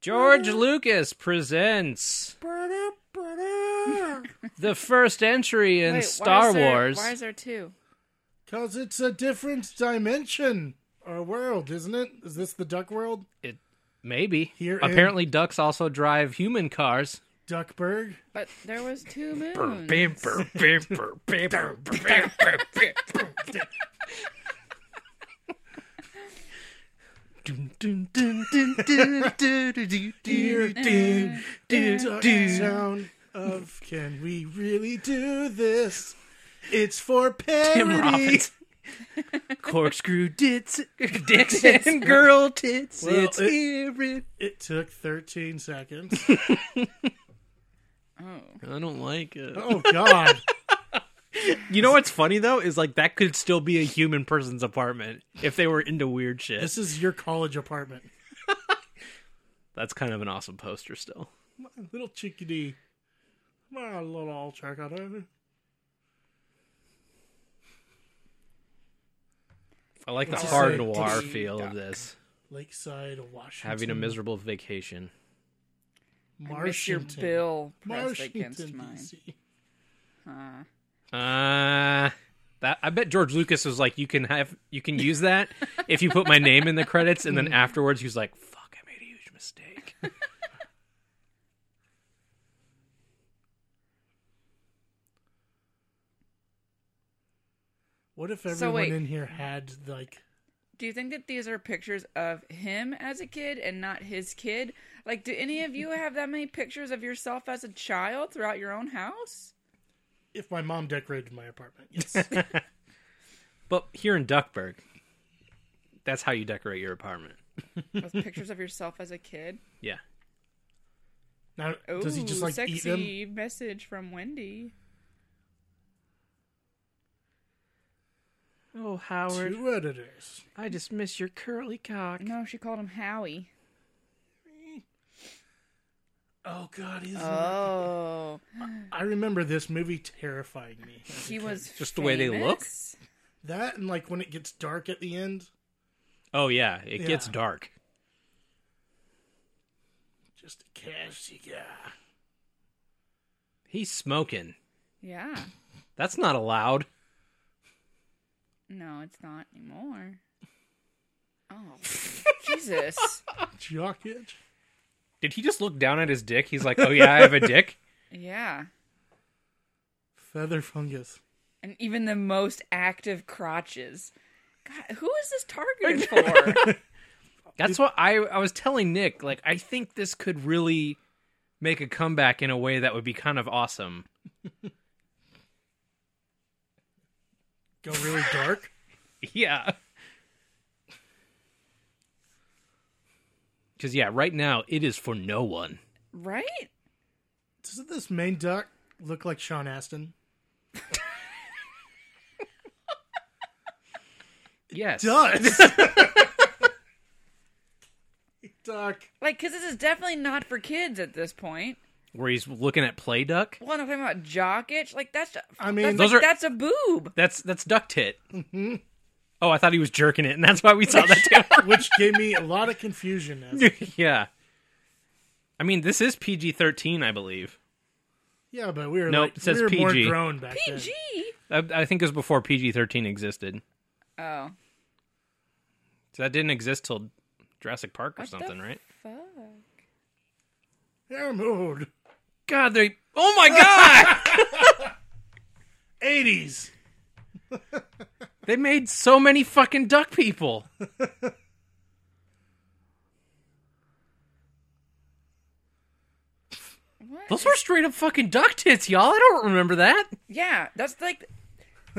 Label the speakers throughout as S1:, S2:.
S1: George Lucas presents the first entry in
S2: Wait, why
S1: Star
S2: is there-
S1: Wars.
S2: Why is there two?
S3: Because it's a different dimension or world, isn't it? Is this the duck world?
S1: It maybe
S3: Here in-
S1: apparently ducks also drive human cars.
S3: Duckburg?
S2: But there was two moons.
S3: Dear dude, duck town of can we really do this? It's for parody.
S1: Robbins. Corkscrew dits, dicks and girl tits.
S3: Well,
S1: it's
S3: it-
S1: irri-
S3: It took 13 seconds.
S1: I don't like it.
S3: Oh, God.
S1: You know what's funny though is like that could still be a human person's apartment if they were into weird shit.
S3: This is your college apartment.
S1: That's kind of an awesome poster still.
S3: My little chickadee. My little chickadee.
S1: I like the
S3: It's
S1: hard
S3: a
S1: noir
S3: titty
S1: feel of
S3: duck.
S1: this.
S3: Lakeside, Washington.
S1: Having a miserable vacation.
S2: I miss your
S3: Marshington.
S2: bill pressed against
S3: Washington,
S2: mine.
S3: D.C.
S1: Uh that I bet George Lucas was like, you can have you can use that if you put my name in the credits, and then afterwards he was like, fuck, I made a huge mistake.
S3: What if
S2: So
S3: everyone
S2: wait.
S3: in here had, like,
S2: Do you think that these are pictures of him as a kid and not his kid? Like, do any of you have that many pictures of yourself as a child throughout your own house?
S3: if my mom decorated my apartment? Yes.
S1: but here in Duckburg, that's how you decorate your apartment.
S2: With pictures of yourself as a kid?
S1: Yeah.
S3: now,
S2: Ooh,
S3: does he just, like, eat them?
S2: sexy message from Wendy.
S1: Oh Howard,
S3: Two editors.
S1: I just miss your curly cock.
S2: No, she called him Howie.
S3: Oh, God. He's
S2: Oh,
S3: I remember this movie terrifying me.
S2: he was
S1: Just the way they look?
S2: famous?
S3: That and, like, when it gets dark at the end,
S1: Oh yeah, it
S3: Yeah.
S1: gets dark.
S3: just a cash you got.
S1: He's smoking.
S2: Yeah.
S1: That's not allowed.
S2: No, it's not anymore. Oh, Jesus.
S3: Jock itch.
S1: Did he just look down at his dick? He's like, "Oh yeah, I have a dick."
S2: Yeah.
S3: Feather fungus.
S2: and even the most active crotches. God, who is this targeted for?
S1: That's what I I was telling Nick. Like, I think this could really make a comeback in a way that would be kind of awesome.
S3: Go really dark.
S1: Yeah. Because yeah, right now it is for no one.
S2: right?
S3: Doesn't this main duck look like Sean Astin?
S1: Yes.
S3: Does. duck.
S2: Like, because this is definitely not for kids at this point.
S1: Where he's looking at play duck.
S2: Well, and I'm talking about jock itch. Like, that's
S3: I mean-
S2: that's,
S1: Those
S2: like,
S1: are-
S2: that's a boob.
S1: That's that's duck tit.
S2: Mm-hmm.
S1: Oh, I thought he was jerking it, and that's why we saw that.
S3: Which gave me a lot of confusion. As,
S1: down. yeah. I mean, this is PG thirteen, I believe.
S3: yeah, but we were
S1: Nope,
S3: like,
S1: it says
S3: we were more
S1: PG.
S3: grown back then.
S2: PG.
S1: I, I think it was before PG thirteen existed.
S2: Oh,
S1: So that didn't exist till Jurassic Park or
S2: What the
S1: something, right?
S2: fuck.
S3: Hair mode.
S1: God, they. Oh my God!
S3: 80s.
S1: they made so many fucking duck people.
S2: What?
S1: Those were straight up fucking duck tits, y'all. I don't remember that.
S2: Yeah, that's like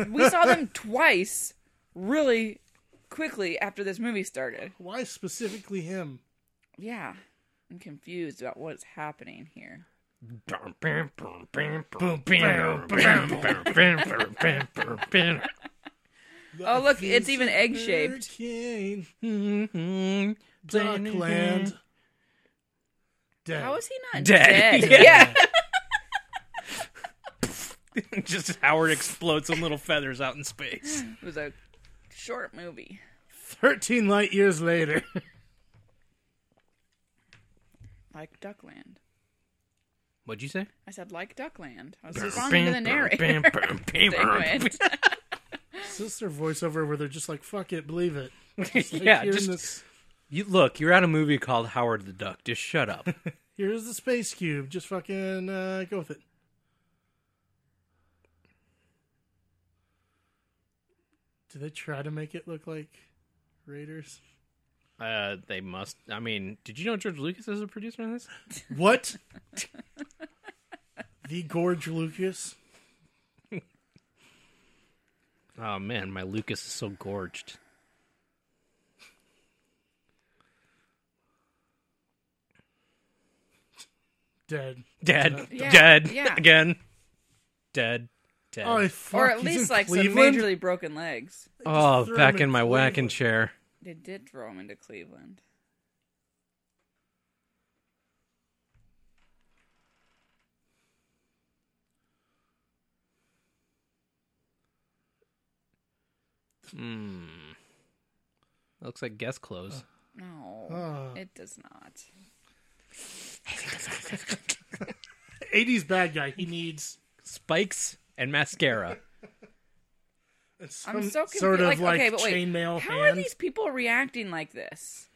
S2: we saw them twice, really quickly after this movie started.
S3: Why specifically him?
S2: Yeah, I'm confused about what's happening here. Oh, look, it's even egg shaped.
S3: Hurricane.
S1: Duckland.
S3: Duckland. Dead.
S2: How is he not
S1: Dead.
S2: dead?
S1: Yeah.
S2: Yeah.
S1: Just Howard explodes some little feathers out in space.
S2: It was a short movie.
S3: 13 light years later.
S2: Like Duckland.
S1: What'd you say?
S2: I said like Duckland. I was responding to the narrator. Dang it.
S3: Is this their voiceover where they're just like, fuck it, believe it? Like,
S1: yeah,
S3: hearing
S1: just
S3: this-
S1: you look. You're at a movie called Howard the Duck. Just shut up.
S3: here's the space cube. Just fucking uh, go with it. Do they try to make it look like Raiders?
S1: uh, they must. I mean, did you know George Lucas is a producer on this?
S3: What? the Gorge Lucas?
S1: Oh man, my Lucas is so gorged.
S3: Dead. Uh,
S1: Dead,
S2: Yeah,
S1: dead
S2: yeah.
S1: again, dead, dead.
S3: Oh,
S1: Oh,
S3: fuck,
S2: or at
S3: he's
S2: least
S3: in
S2: like
S3: Cleveland?
S2: some majorly broken legs.
S3: threw him
S1: back
S3: in
S1: in my
S3: Cleveland.
S1: whacking chair.
S2: They did throw him into Cleveland.
S1: Looks like guest clothes.
S2: No,
S3: Ah.
S2: it does not.
S3: 80s bad guy. He needs
S1: Spikes and mascara.
S3: some
S2: I'm so confused.
S3: sort of like,
S2: okay, but wait,
S3: chainmail
S2: how are
S3: hand,
S2: these people reacting like this?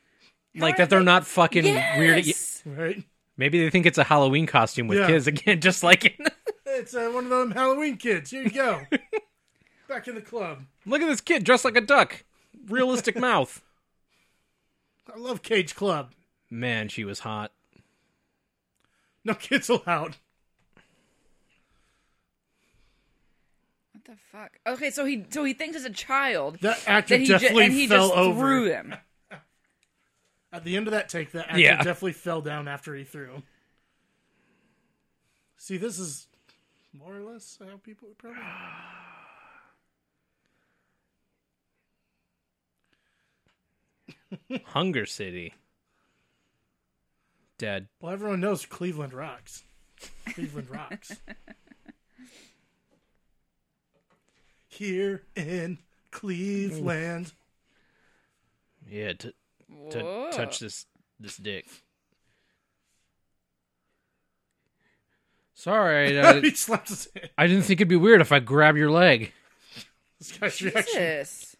S1: like
S2: are
S1: that they're
S2: they-
S1: not fucking weird.
S2: Yes!
S3: right?
S1: Maybe they think it's a Halloween costume with
S3: Yeah.
S1: kids again, just like in.
S3: It's uh, one of them Halloween kids. Here you go. Back in the club.
S1: Look at this kid dressed like a duck. Realistic mouth.
S3: I love Cage Club.
S1: Man, she was hot.
S3: No kids allowed.
S2: What the fuck? Okay, so he so he thinks as a child
S3: That actor
S2: that he ju-
S3: definitely
S2: and he
S3: fell
S2: just
S3: over.
S2: threw him.
S3: At the end of that take, that actor
S1: Yeah.
S3: definitely fell down after he threw. him. See, this is more or less how people would probably.
S1: Hunger City. Dead.
S3: Well, everyone knows Cleveland rocks. Cleveland rocks. Here in Cleveland.
S1: Yeah, t- t-
S2: Whoa.
S1: touch this this dick. Sorry, I,
S3: he slaps his hand.
S1: I didn't think it'd be weird if I grab your leg.
S3: This guy's reaction.
S2: Jesus.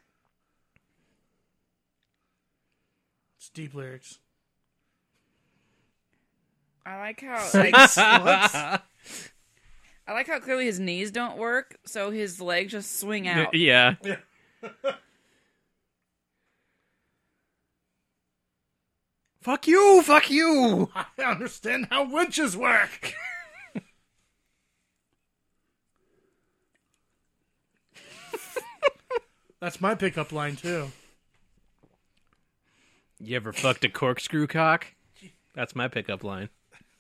S3: It's deep lyrics.
S2: I like how
S3: Like,
S2: like,
S3: sluts.
S2: I like how clearly his knees don't work, so his legs just swing out.
S1: Yeah. fuck you! Fuck you!
S3: I understand how winches work. That's my pickup line too.
S1: You ever fucked a corkscrew cock? That's my pickup line.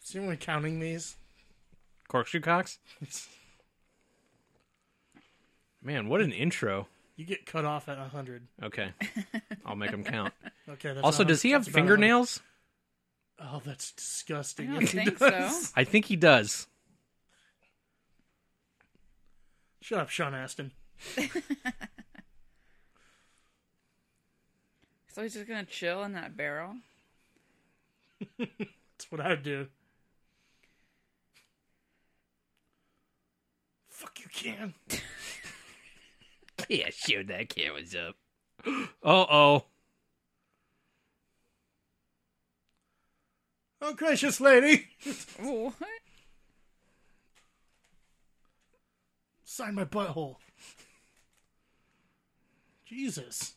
S3: Is anyone counting these?
S1: Corkscrew cocks? Man, what an intro.
S3: You get cut off at hundred.
S1: Okay. I'll make them count.
S3: Okay. That's
S1: Also,
S3: 100.
S1: does he have
S3: That's about 100.
S1: fingernails?
S3: Oh, that's disgusting.
S2: I don't
S3: Yes, he
S2: think
S3: does.
S2: so.
S1: I think he does.
S3: Shut up, Sean Astin.
S2: So he's just gonna chill in that barrel.
S3: That's what I'd do. Fuck you, can.
S1: Yeah, sure, that kid was up. Uh oh.
S3: Oh, gracious lady,
S2: What?
S3: sign my butthole. Jesus.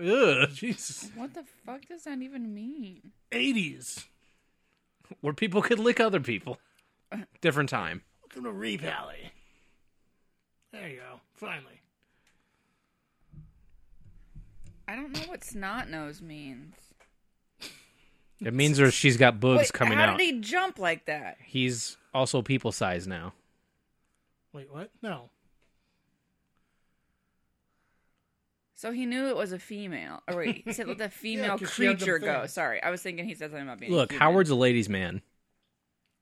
S1: Ugh.
S3: Jesus.
S2: What the fuck does that even mean?
S3: 80s.
S1: Where people could lick other people. Different time.
S3: Welcome to Reap Alley. There you go. Finally.
S2: I don't know what snot nose means.
S1: It means her she's got boobs
S2: Wait,
S1: coming
S2: how
S1: out.
S2: did he jump like that?
S1: He's also people size now.
S3: Wait, what? No.
S2: So he knew it was a female. Oh wait, he said let the female
S3: 'cause she had them
S2: creature go.
S3: things.
S2: Sorry, I was thinking he said something about being.
S1: Look,
S2: human.
S1: Howard's a ladies' man.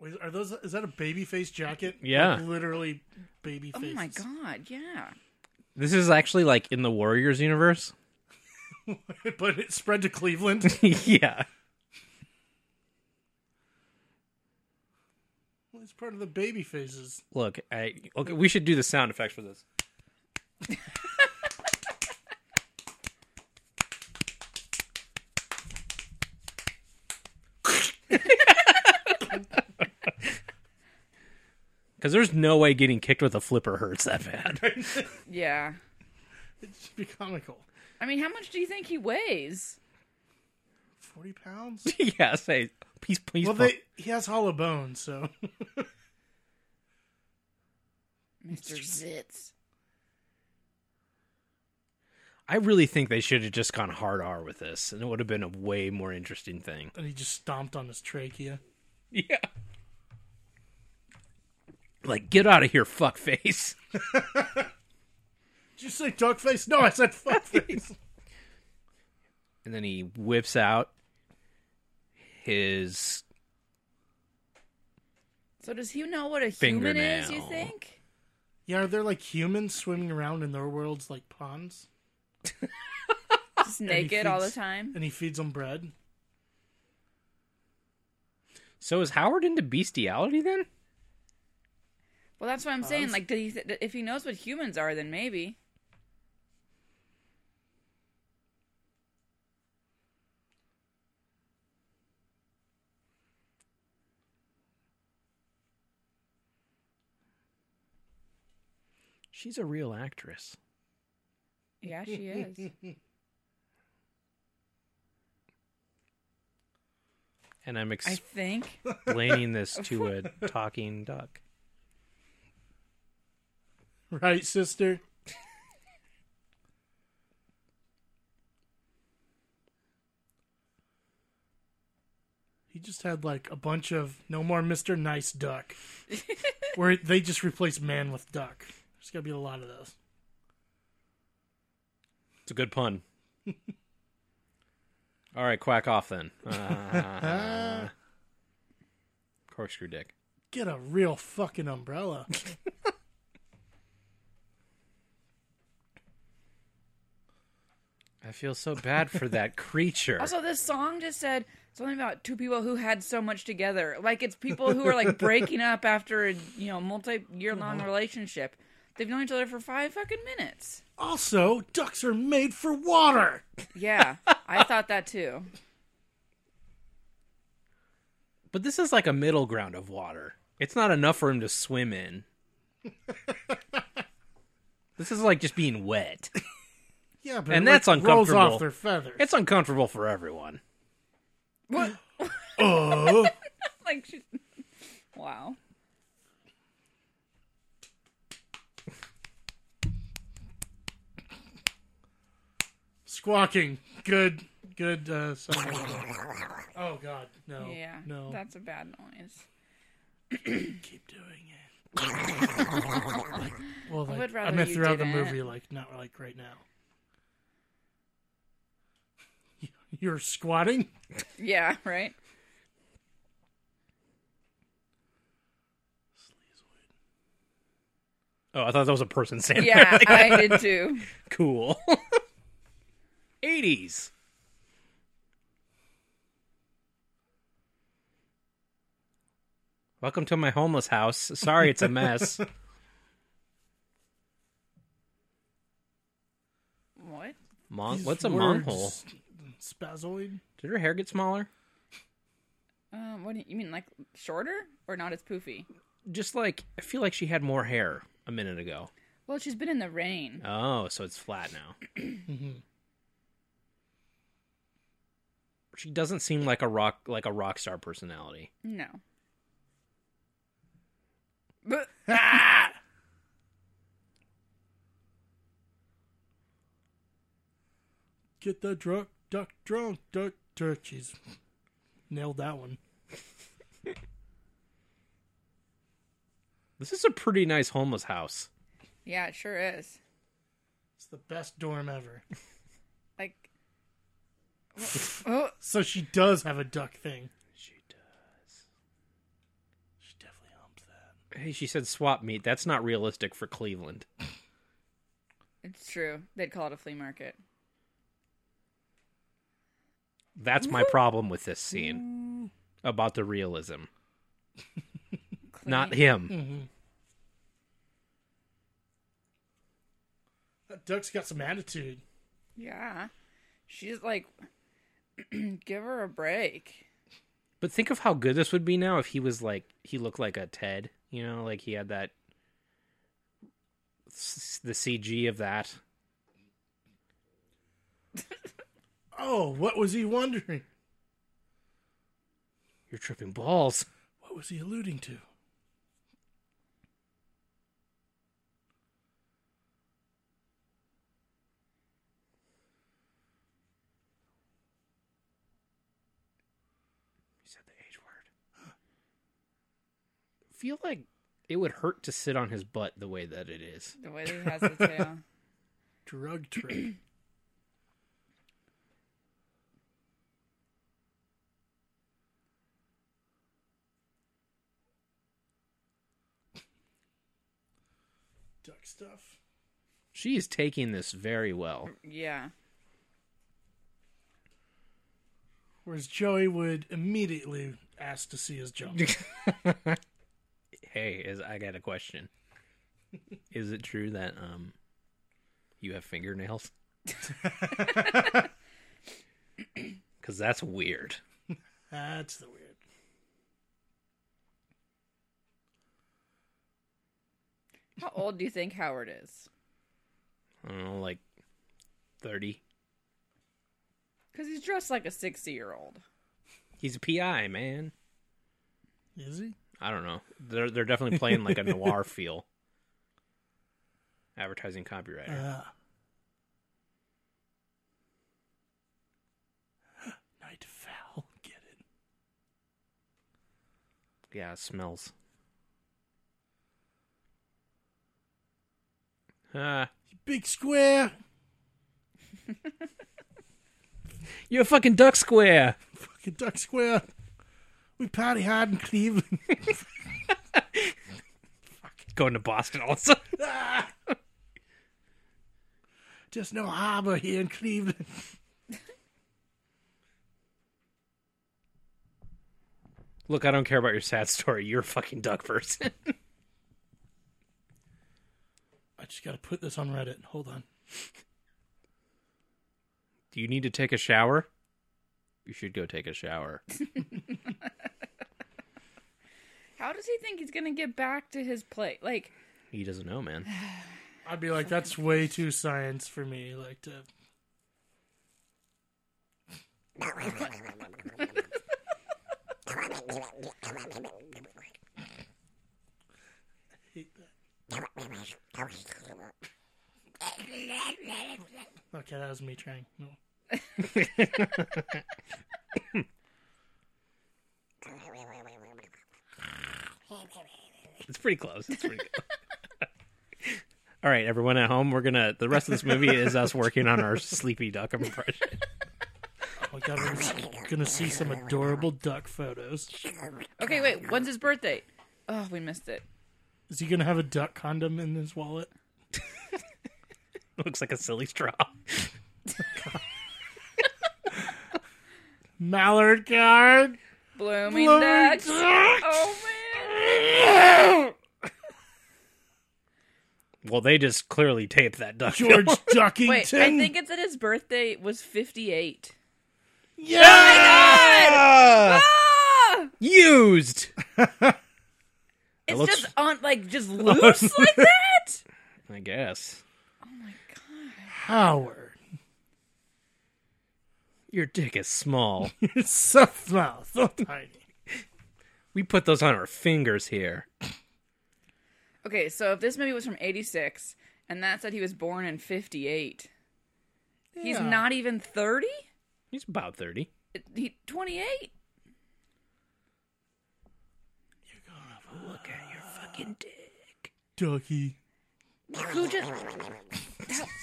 S3: Wait, are those? Is that a baby face jacket?
S1: Yeah.
S3: Like, literally baby
S2: Oh
S3: face.
S2: my god, yeah.
S1: This is actually like in the Warriors universe.
S3: but it spread to Cleveland.
S1: yeah.
S3: Well, it's part of the baby phases.
S1: Look, I okay, we should do the sound effects for this. Because there's no way getting kicked with a flipper hurts that bad.
S2: Yeah.
S3: It should be comical.
S2: I mean, how much do you think he weighs?
S3: Forty pounds.
S1: yeah, say, please, please.
S3: Well,
S1: fuck-
S3: they, he has hollow bones, so
S2: Mr. Zitz.
S1: I really think they should have just gone hard R with this, and it would have been a way more interesting thing.
S3: and he just stomped on his trachea.
S1: Yeah. Like, get out of here, fuckface.
S3: Did you say duck face? No, I said fuck face.
S1: And then he whips out his.
S2: So does he know what a human is, you
S1: Fingernail.
S2: think?
S3: yeah, are there like humans swimming around in their worlds like ponds?
S2: Just
S3: And he
S2: naked all the
S3: feeds-
S2: time?
S3: And he feeds them bread.
S1: So is Howard into bestiality then?
S2: Well, that's what I'm saying. Like, did he th- if he knows what humans are, then maybe.
S1: She's a real actress.
S2: Yeah, she is.
S1: And I'm
S2: I think.
S1: explaining this to a talking duck.
S3: Right, sister? he just had like a bunch of no more Mr. Nice Duck. where they just replaced man with duck. There's gotta be a lot of those.
S1: It's a good pun. All right, quack off then. Uh, corkscrew dick.
S3: Get a real fucking umbrella.
S1: I feel so bad for that creature.
S2: Also, this song just said something about two people who had so much together. Like it's people who are like breaking up after a you know multi-year-long relationship. They've known each other for five fucking minutes.
S3: also, ducks are made for water.
S2: Yeah, I thought that too.
S1: But this is like a middle ground of water. It's not enough for him to swim in. this is like just being wet.
S3: Yeah, but
S1: And
S3: it, like,
S1: that's
S3: rolls
S1: uncomfortable.
S3: off their feathers.
S1: It's uncomfortable for everyone.
S2: What?
S3: oh,
S2: Like, she... wow.
S3: squawking. Good, good. Uh, sound. oh God, no,
S2: Yeah,
S3: no.
S2: that's a bad noise.
S3: keep doing it. well, like, I,
S2: would rather
S3: meant
S2: you
S3: throughout the
S2: didn't.
S3: movie, like not like right now. You're squatting.
S2: Yeah, right.
S1: Oh, I thought that was a person saying
S2: Yeah, I did too.
S1: cool. 80s. Welcome to my homeless house. Sorry it's a mess.
S2: What?
S1: Mon-
S3: These
S1: what's a
S3: words-
S1: monhole?
S3: Spazoid.
S1: Did her hair get smaller?
S2: Um, what do you, you mean, like shorter or not as poofy?
S1: Just like I feel like she had more hair a minute ago.
S2: Well, she's been in the rain.
S1: Oh, so it's flat now. she doesn't seem like a rock like a rock star personality.
S2: No. But
S3: Get the drunk duck drunk duck duck. She's nailed that one.
S1: This is a pretty nice homeless house.
S2: yeah, it sure is.
S3: It's the best dorm ever.
S2: Like, oh,
S3: So she does have a duck thing.
S1: She does.
S3: She definitely humps that.
S1: Hey, she said swap meet. That's not realistic for Cleveland.
S2: it's true. They'd call it a flea market.
S1: that's my problem with this scene about the realism. Not him.
S3: That duck's got some attitude.
S2: Yeah. She's like, give her a break.
S1: But think of how good this would be now if he was like he looked like a Ted, you know, like he had that s- the CG of that.
S3: Oh, what was he wondering?
S1: You're tripping balls.
S3: What was he alluding to?
S1: You said the H word. feel like it would hurt to sit on his butt the way that it is.
S2: The way that he has the tail.
S3: Drug trade. Duck stuff.
S1: She is taking this very well.
S2: Yeah.
S3: Whereas Joey would immediately ask to see his jump.
S1: Hey, is I got a question. is it true that um you have fingernails? Cuz that's weird.
S3: That's the weird.
S2: How old do you think Howard is?
S1: I don't know, like 30.
S2: Because he's dressed like a 60 year old.
S1: He's a PI, man.
S3: Is he?
S1: I don't know. They're they're definitely playing like a noir feel. Advertising copywriter.
S3: Uh, Night foul. Get it.
S1: yeah, it smells. Ah,
S3: Big square.
S1: you're a fucking duck square.
S3: Fucking duck square. We party hard in Cleveland.
S1: Going to Boston also.
S3: Ah! Just no harbor here in Cleveland.
S1: Look, I don't care about your sad story. You're a fucking duck person.
S3: I just gotta put this on Reddit. Hold on.
S1: Do you need to take a shower? You should go take a shower.
S2: How does he think he's going to get back to his plate? Like,
S1: He doesn't know, man.
S3: I'd be like, that's way too science for me. Like to. Hate that. Okay, that was me trying. No.
S1: It's pretty close. It's pretty good. All right, everyone at home, we're gonna. The rest of this movie is us working on our sleepy duck impression.
S3: Oh god, we're gonna see some adorable duck photos.
S2: okay, wait, when's his birthday? Oh, we missed it.
S3: Is he gonna have a duck condom in his wallet?
S1: Looks like a silly straw.
S3: Mallard card.
S2: Blooming
S3: Blooming
S2: Dutch.
S3: Dutch.
S2: Oh, man.
S1: Well, they just clearly taped that duck.
S3: George Duckington.
S2: Wait, I think it said his birthday was 58.
S1: Ah!
S2: Ah!
S1: used.
S2: It's
S1: looks-
S2: just on, like, just loose like that?
S1: I guess
S3: Howard.
S1: your dick is small.
S3: It's so small, so tiny.
S1: we put those on our fingers here.
S2: Okay, so if this movie was from 86 and that said he was born in 58, he's
S3: Yeah.
S2: not even 30?
S1: He's about thirty.
S2: He 28?
S1: Look at your fucking dick.
S3: Ducky.
S2: Who just that,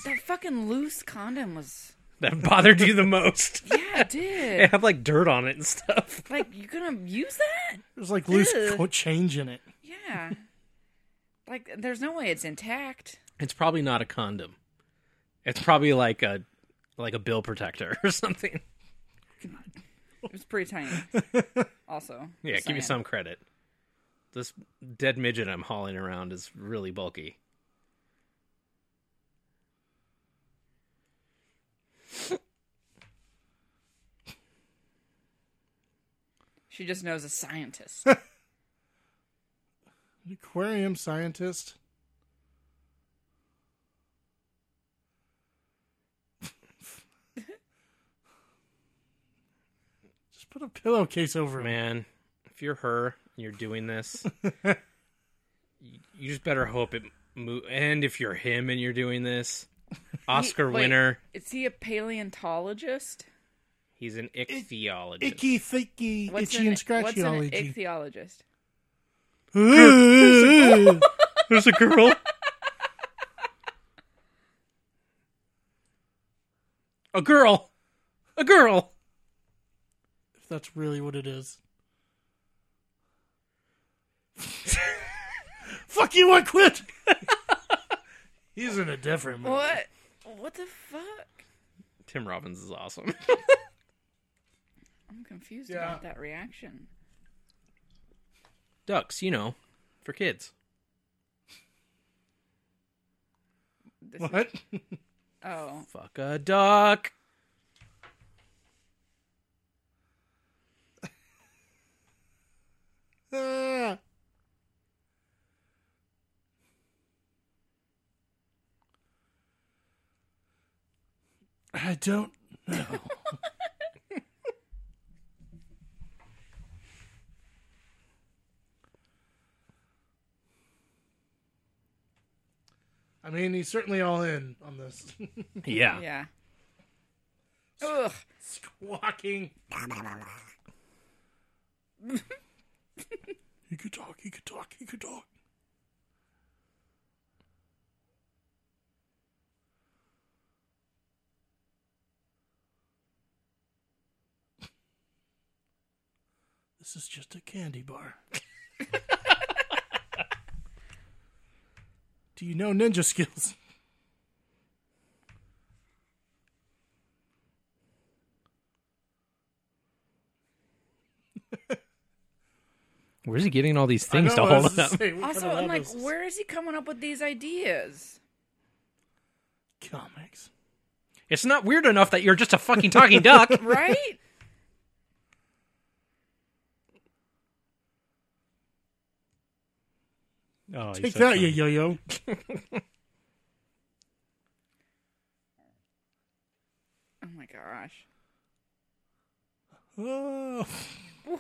S2: that fucking loose condom was
S1: That bothered you the most.
S2: Yeah, it
S1: It
S2: did.
S1: had like dirt on it and stuff.
S2: Like you gonna use that?
S3: There's like loose
S2: Ew.
S3: co- change in it.
S2: Yeah. Like there's no way it's intact.
S1: It's probably not a condom. It's probably like a like a bill protector or something.
S2: It's pretty tiny. Also,
S1: Yeah,
S2: just
S1: give me
S2: saying.
S1: some credit. This dead midget I'm hauling around is really bulky.
S2: She just knows a scientist.
S3: An aquarium scientist. Just put a pillowcase over him.
S1: Man, if you're her and you're doing this, y- you just better hope it mo- and if you're him and you're doing this, Oscar
S2: wait.
S1: winner,
S2: Is he a paleontologist?
S1: he's an ichthyologist.
S3: Icky, thicky, itchy, and
S2: what's an
S3: scratchyology.
S2: ichthyologist?
S1: There's a girl. a girl. A girl.
S3: if that's really what it is. Fuck you, I quit! He's in a different mood.
S2: What? What the fuck?
S1: Tim Robbins is awesome.
S2: I'm confused
S3: Yeah.
S2: about that reaction.
S1: Ducks, you know, for kids.
S2: This is-
S3: What?
S2: oh,
S1: Fuck a duck.
S3: Ah. I don't know. I mean, he's certainly all in on this.
S1: Yeah.
S2: yeah. Ugh.
S3: Squawking. he could talk, he could talk, he could talk. This is just a candy bar. Do you know ninja skills?
S1: Where's he getting all these
S3: I
S1: things
S3: know,
S1: to
S3: I was
S1: hold up?
S3: just saying, what
S2: Also,
S3: kind of
S2: I'm
S3: lab
S2: like,
S3: is this?
S2: where is he coming up with these ideas?
S3: comics?
S1: It's not weird enough that you're just a fucking talking duck.
S2: Right?
S1: Oh,
S3: Take that, you yo-yo.
S2: oh my gosh.
S3: Oh.
S2: What?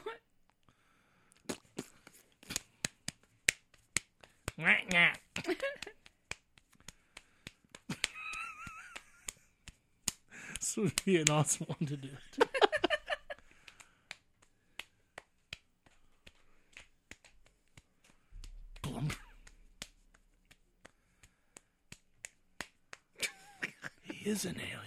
S3: This would be an awesome one to do. Blump. he is an alien.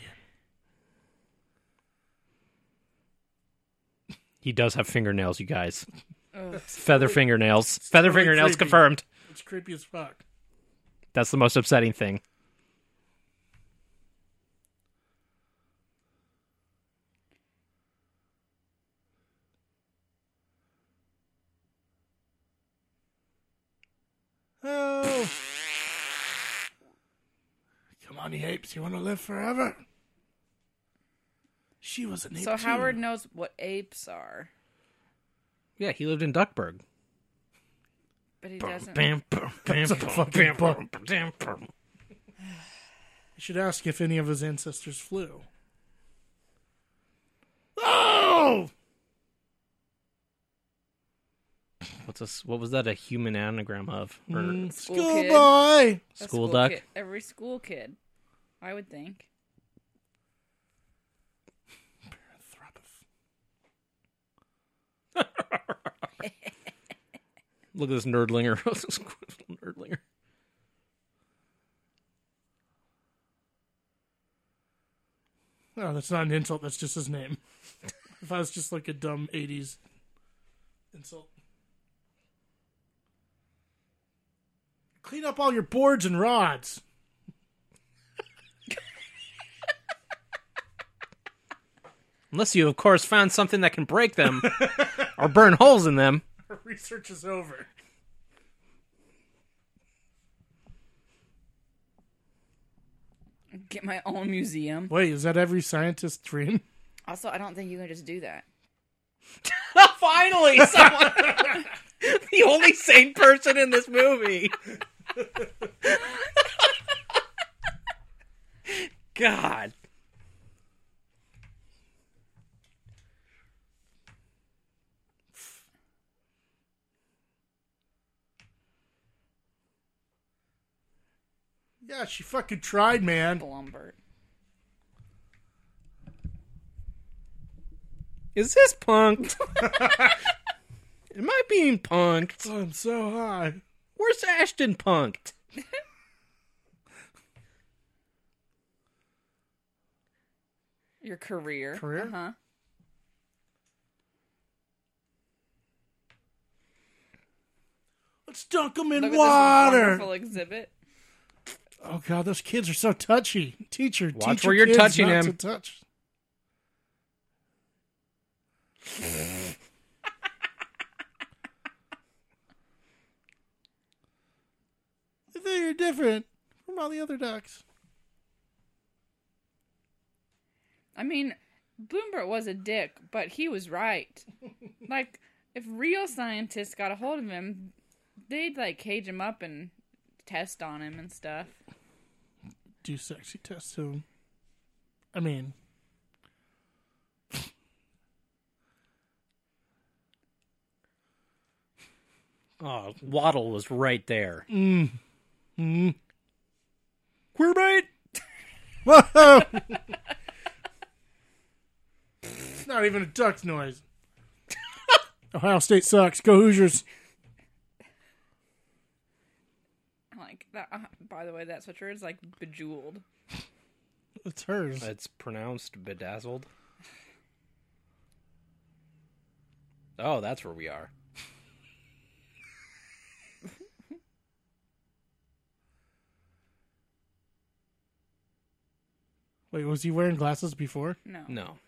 S1: He does have fingernails, you guys.
S2: Ugh.
S1: Feather fingernails. Feather
S3: really
S1: fingernails
S3: creepy.
S1: confirmed.
S3: It's creepy as fuck.
S1: That's the most upsetting thing.
S3: Oh. Come on, you apes. You want to live forever? She was an ape.
S2: So
S3: too.
S2: Howard knows what apes are,
S1: Yeah, he lived in Duckburg.
S2: but he doesn't.
S3: That's a fucking bump. I should ask if any of his ancestors flew. Oh!
S1: What's a s what was that a human anagram of? Or
S2: School kid. A
S3: Schoolboy!
S1: School duck?
S2: kid- every school kid, I would think.
S1: Look at this nerdlinger. This nerdlinger.
S3: No, Oh, that's not an insult. That's just his name. if I was just like a dumb 80s insult. Clean up all your boards and rods.
S1: I'm Unless you, of course, found something that can break them or burn holes in them.
S3: Our research is over.
S2: Get my own museum.
S3: Wait, is that every scientist's dream?
S2: Also, I don't think you can just do that.
S1: Finally, someone. the only sane person in this movie. God.
S3: Yeah, she fucking tried, man.
S2: Blumbert.
S1: Is this punked? Am I being punked?
S3: Oh, I'm so high.
S1: Where's Ashton punked?
S2: Your career.
S3: Career?
S2: Uh-huh.
S3: Let's dunk them in
S2: Look at this
S3: water.
S2: wonderful exhibit.
S3: Oh god, those kids are so touchy. Teacher,
S1: Watch
S3: teach your
S1: where you're
S3: kids
S1: touching
S3: not
S1: him.
S3: To touch. They're different from all the other ducks.
S2: I mean, Bloomberg was a dick, but he was right. like, if real scientists got a hold of him, they'd like cage him up and test on him and stuff.
S3: Do sexy tests to 'em. I mean,
S1: Oh, Waddle was right there. Mm.
S3: queerbait. Whoa! it's not even a duck's noise. Ohio State sucks. Go Hoosiers.
S2: I'm Like, that, uh, by the way, that sweatshirt is like bejeweled.
S3: It's hers.
S1: It's pronounced bedazzled. Oh, that's where we are.
S3: Wait, was he wearing glasses before?
S2: No.
S1: No.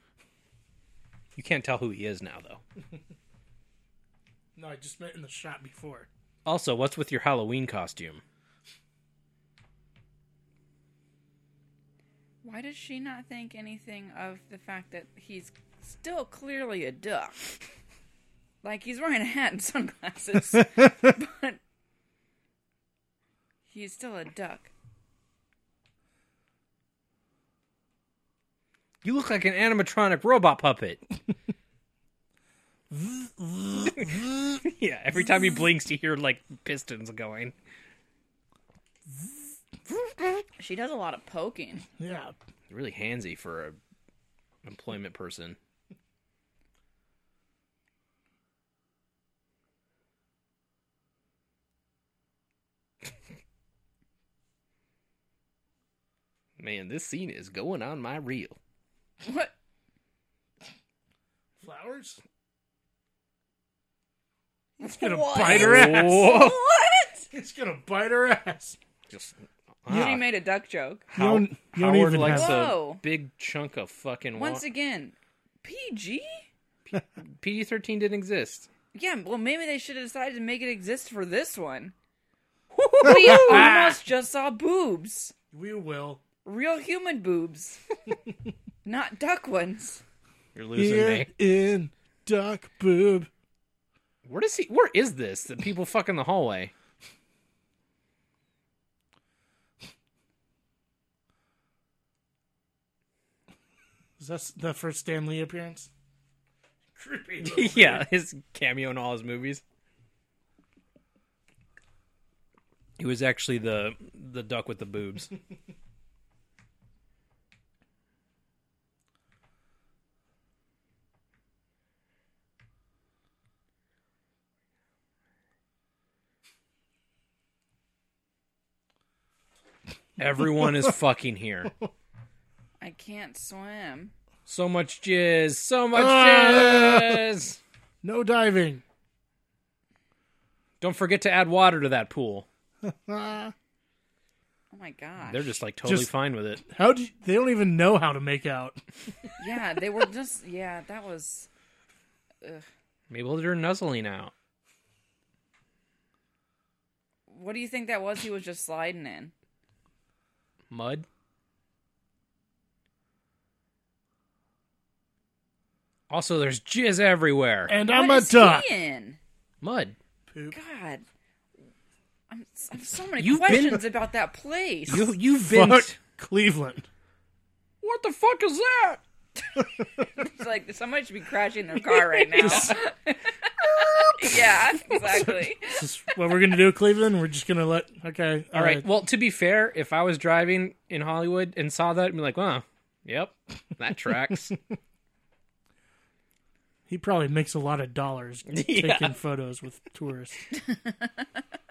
S1: You can't tell who he is now, though.
S3: No, I just meant in the shot before.
S1: Also, what's with your Halloween costume?
S2: Why does she not think anything of the fact that he's still clearly a duck? Like he's wearing a hat and sunglasses, but he's still a duck.
S1: You look like an animatronic robot puppet. yeah, every time he blinks, you hear like pistons going.
S2: She does a lot of poking.
S3: Yeah.
S1: Really handsy for a employment person. Man, this scene is going on my reel.
S2: What?
S3: Flowers? It's gonna
S2: What?
S3: bite her ass.
S1: Whoa.
S2: What?
S3: It's gonna bite her ass.
S1: Just
S2: She
S1: ah,
S2: made a duck joke.
S1: How-
S3: You don't- you don't
S1: Howard
S3: even
S1: likes
S2: have-
S1: a
S2: Whoa.
S1: big chunk of fucking.
S2: Once again, PG?
S1: PG thirteen didn't exist.
S2: Yeah, well, maybe they should have decided to make it exist for this one. We almost just saw boobs.
S3: We will.
S2: Real human boobs. Not duck ones.
S1: You're losing
S3: Here
S1: me.
S3: in duck boob.
S1: Where does he? Where is this? The people fuck in the hallway.
S3: Is that the first Stan Lee appearance? Creepy.
S1: yeah, his cameo in all his movies. He was actually the the duck with the boobs. Everyone is fucking here.
S2: I can't swim.
S1: So much jizz, so much
S3: Ah.
S1: jizz.
S3: No diving.
S1: Don't forget to add water to that pool.
S3: Ah.
S2: Oh my gosh.
S4: They're just like totally
S3: Just-
S4: fine with it.
S3: How do you, they don't even know how to make out?
S2: yeah, they were just yeah. That was
S4: Maybe they're nuzzling out.
S2: what do you think that was? He was just sliding in.
S4: Mud? Also, there's jizz everywhere.
S3: And I'm
S2: What
S3: a
S2: is
S3: duck.
S2: he in?
S4: Mud.
S3: Poop.
S2: God, I'm, I have so many
S4: You've been-
S2: questions about that place.
S4: You you've been
S3: Fuck Cleveland.
S4: What the fuck is that?
S2: It's like somebody should be crashing their car right now. yeah, exactly.
S3: This is what we're gonna do, Cleveland. We're just gonna let. Okay,
S4: All right. Well, to be fair, if I was driving in Hollywood and saw that, I'd be like, "Wow, yep, that tracks."
S3: He probably makes a lot of dollars taking photos with tourists.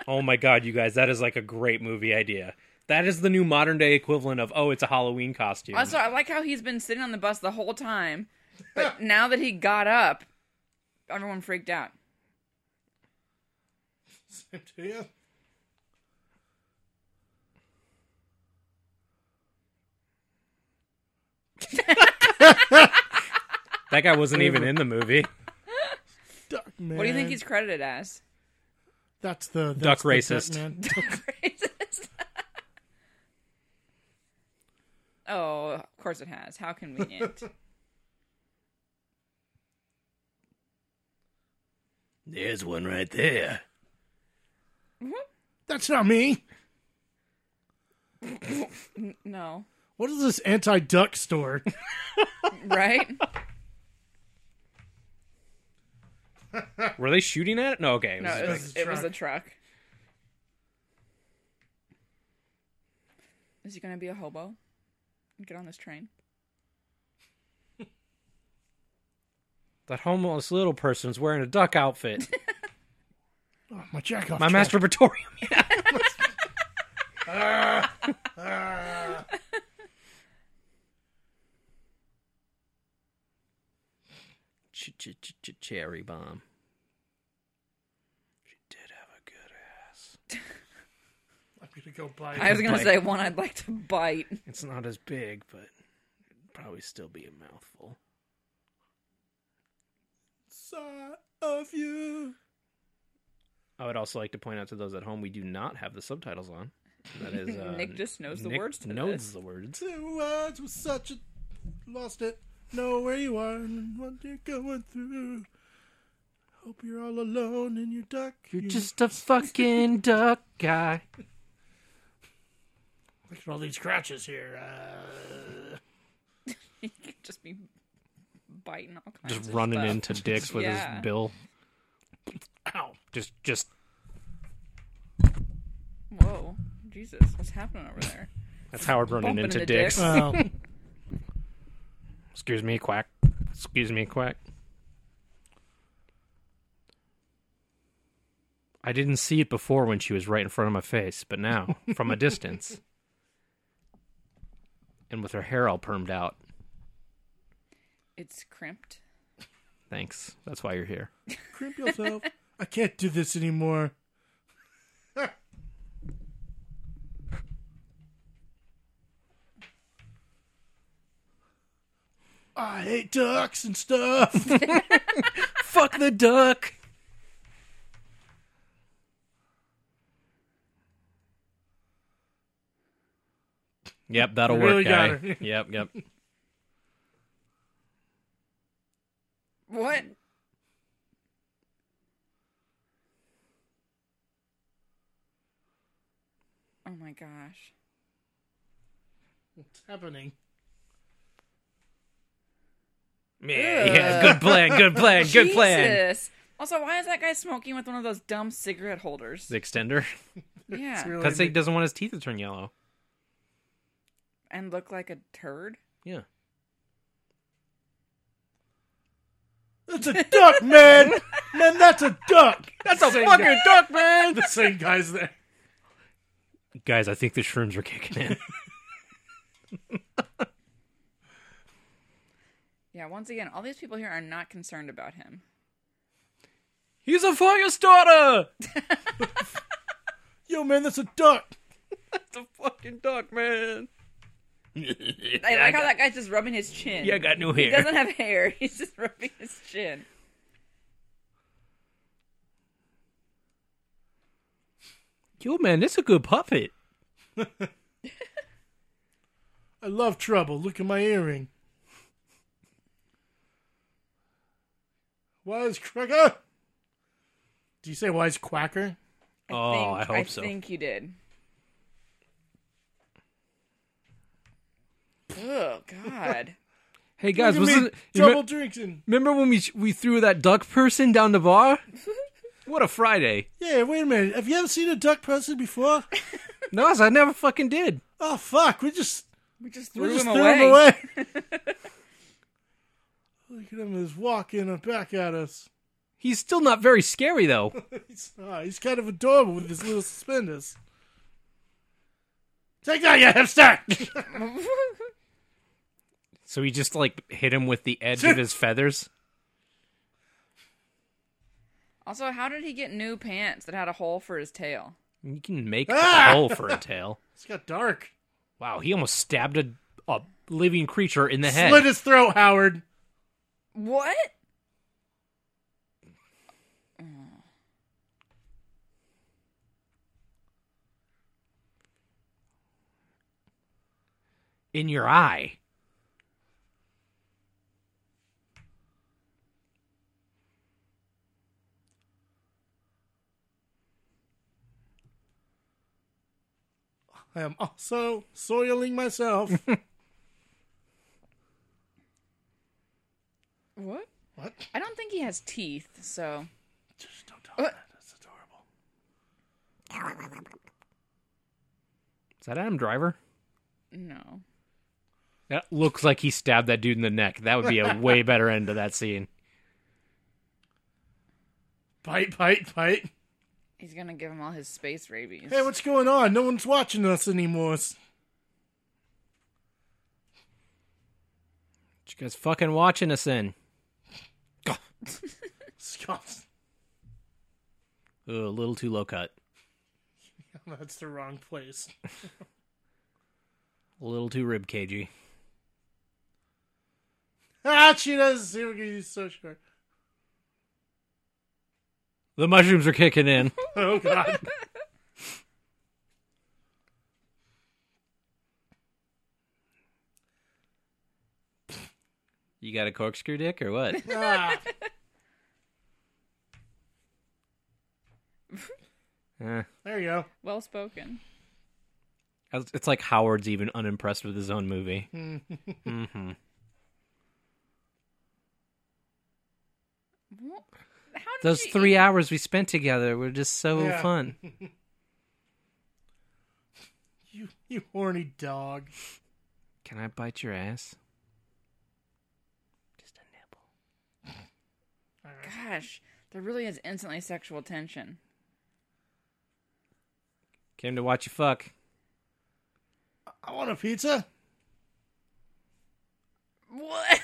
S4: oh my god, you guys, that is like a great movie idea. That is the new modern day equivalent of, "Oh, it's a Halloween costume."
S2: Also, I like how he's been sitting on the bus the whole time, but now that he got up, everyone freaked out.
S4: that guy wasn't even in the movie.
S3: Duck man.
S2: What do you think he's credited as?
S3: That's the that's
S4: Duck
S3: the
S4: racist.
S3: man.
S2: Racist. oh, of course it has. How convenient.
S4: There's one right there.
S3: That's not me.
S2: no,
S3: What is this anti-duck store?
S2: right?
S4: Were they shooting at it? No, okay. it
S2: No,
S4: was-
S2: it was,
S3: It was a
S2: it was a truck. Is he gonna be a hobo? Get on this train.
S4: that homeless little person's wearing a duck outfit.
S3: Oh, my jack off.
S4: My
S3: track.
S4: masturbatorium. Ch- ch- ch- ch- Cherry bomb. She did have a good ass.
S3: I'm gonna go buy.
S2: I was gonna
S4: Bite.
S2: say one I'd like to bite.
S4: It's not as big, but it'd probably still be a mouthful.
S3: side of you.
S4: I would also like to point out to those at home we do not have the subtitles on. That is uh,
S2: Nick just knows the
S4: Nick
S2: words to
S4: knows
S2: this.
S4: the words.
S3: Two words with such a lost it. Know where you are and what you're going through. Hope you're all alone in your duck. You-
S4: a fucking duck guy.
S3: look at all these crotches here. Uh,
S2: You could just be biting all kinds.
S4: Just
S2: of
S4: running
S2: stuff.
S4: into dicks with
S2: Yeah.
S4: his bill.
S3: ow!
S4: Just, just.
S2: Whoa, Jesus, what's happening over there?
S4: That's Howard running
S2: Bumping
S4: into
S2: into
S4: dicks.
S2: dicks.
S3: Wow.
S4: Excuse me, quack. Excuse me, quack. I didn't see it before when she was right in front of my face, but now, from a distance, and with her hair all permed out.
S2: It's crimped.
S4: Thanks. That's why you're here.
S3: Crimp yourself. I can't do this anymore. I hate ducks and stuff.
S4: Fuck the duck. Yep, that'll
S3: Really
S4: work,
S3: got
S4: guy.
S3: her.
S4: Yep, yep.
S2: What? Oh my gosh.
S3: What's happening?
S4: Yeah, yeah, good plan, good plan, good plan.
S2: Jesus. Also, why is that guy smoking with one of those dumb cigarette holders?
S4: The extender.
S2: Yeah.
S3: It's really
S4: Because he
S3: ma-
S4: doesn't want his teeth to turn yellow.
S2: And look like a turd?
S4: Yeah.
S3: That's a duck, man. Man, that's a duck.
S4: That's a fucking duck, man!
S3: The same guy's there.
S4: Guys, I think the shrooms are kicking in.
S2: Yeah, once again, all these people here are not concerned about him.
S4: He's a fire starter!
S3: Yo, man, that's a duck.
S2: a fucking duck, man. I
S4: Yeah,
S2: like how
S4: got-
S2: that guy's just rubbing his chin.
S4: Yeah, I got no
S2: He
S4: hair.
S2: doesn't have hair. He's just rubbing his chin.
S4: Yo, man, that's a good puppet.
S3: I love trouble. Look at my earring. Wise cracker. Do you say wise quacker?
S2: I
S4: Oh,
S2: think,
S4: I hope
S2: I
S4: so.
S2: think you did. Oh God!
S4: Hey guys,
S3: Look at me,
S4: wasn't you
S3: trouble
S4: me-
S3: drinks and
S4: remember when we we threw that duck person down the bar? What a Friday!
S3: yeah. Wait a minute. Have you ever seen a duck person before?
S4: No, I never fucking did.
S3: Oh fuck. We just
S2: We just
S3: we
S2: threw,
S3: just
S2: him,
S3: threw
S2: away.
S3: him away. Look at him. He's walking back at us.
S4: He's still not very scary though.
S3: He's, ah, he's kind of adorable with his little suspenders. Take that, you hipster!
S4: So he just like hit him with the edge of his feathers.
S2: Also, how did he get new pants that had a hole for his tail?
S4: You can make
S3: Ah!
S4: a hole for a tail.
S3: it's got dark.
S4: Wow, he almost stabbed a, a living creature in the head.
S3: Slit his throat, Howard.
S2: What?
S4: in your eye.
S3: I am also soiling myself.
S2: What?
S3: what?
S2: I don't think he has teeth, so
S3: Just don't tell him
S2: Uh.
S3: that. That's adorable.
S4: Is that Adam Driver?
S2: no.
S4: That looks like he stabbed that dude in the neck. That would be a way better end to that scene.
S3: Bite, bite, bite.
S2: He's gonna give him all his space rabies.
S3: Hey, what's going on? No one's watching us anymore.
S4: Did you guys fucking watching us in?
S3: Scoffs.
S4: Ugh, a little too low cut.
S3: That's the wrong place.
S4: A little too rib cagey.
S3: Ah, she doesn't see what he's so short.
S4: The mushrooms are kicking in.
S3: Oh, God.
S4: You got a corkscrew dick or what?
S3: ah.
S4: Eh.
S3: There you go.
S2: Well spoken.
S4: It's like Howard's even unimpressed with his own movie. hmm
S2: What? How did
S4: Those
S2: you
S4: three hours we spent together were just so
S3: Yeah.
S4: fun.
S3: You, you horny dog.
S4: Can I bite your ass? Just a nibble.
S2: Gosh, there really is instantly sexual tension.
S4: Came to watch you fuck.
S3: I want a pizza.
S2: What?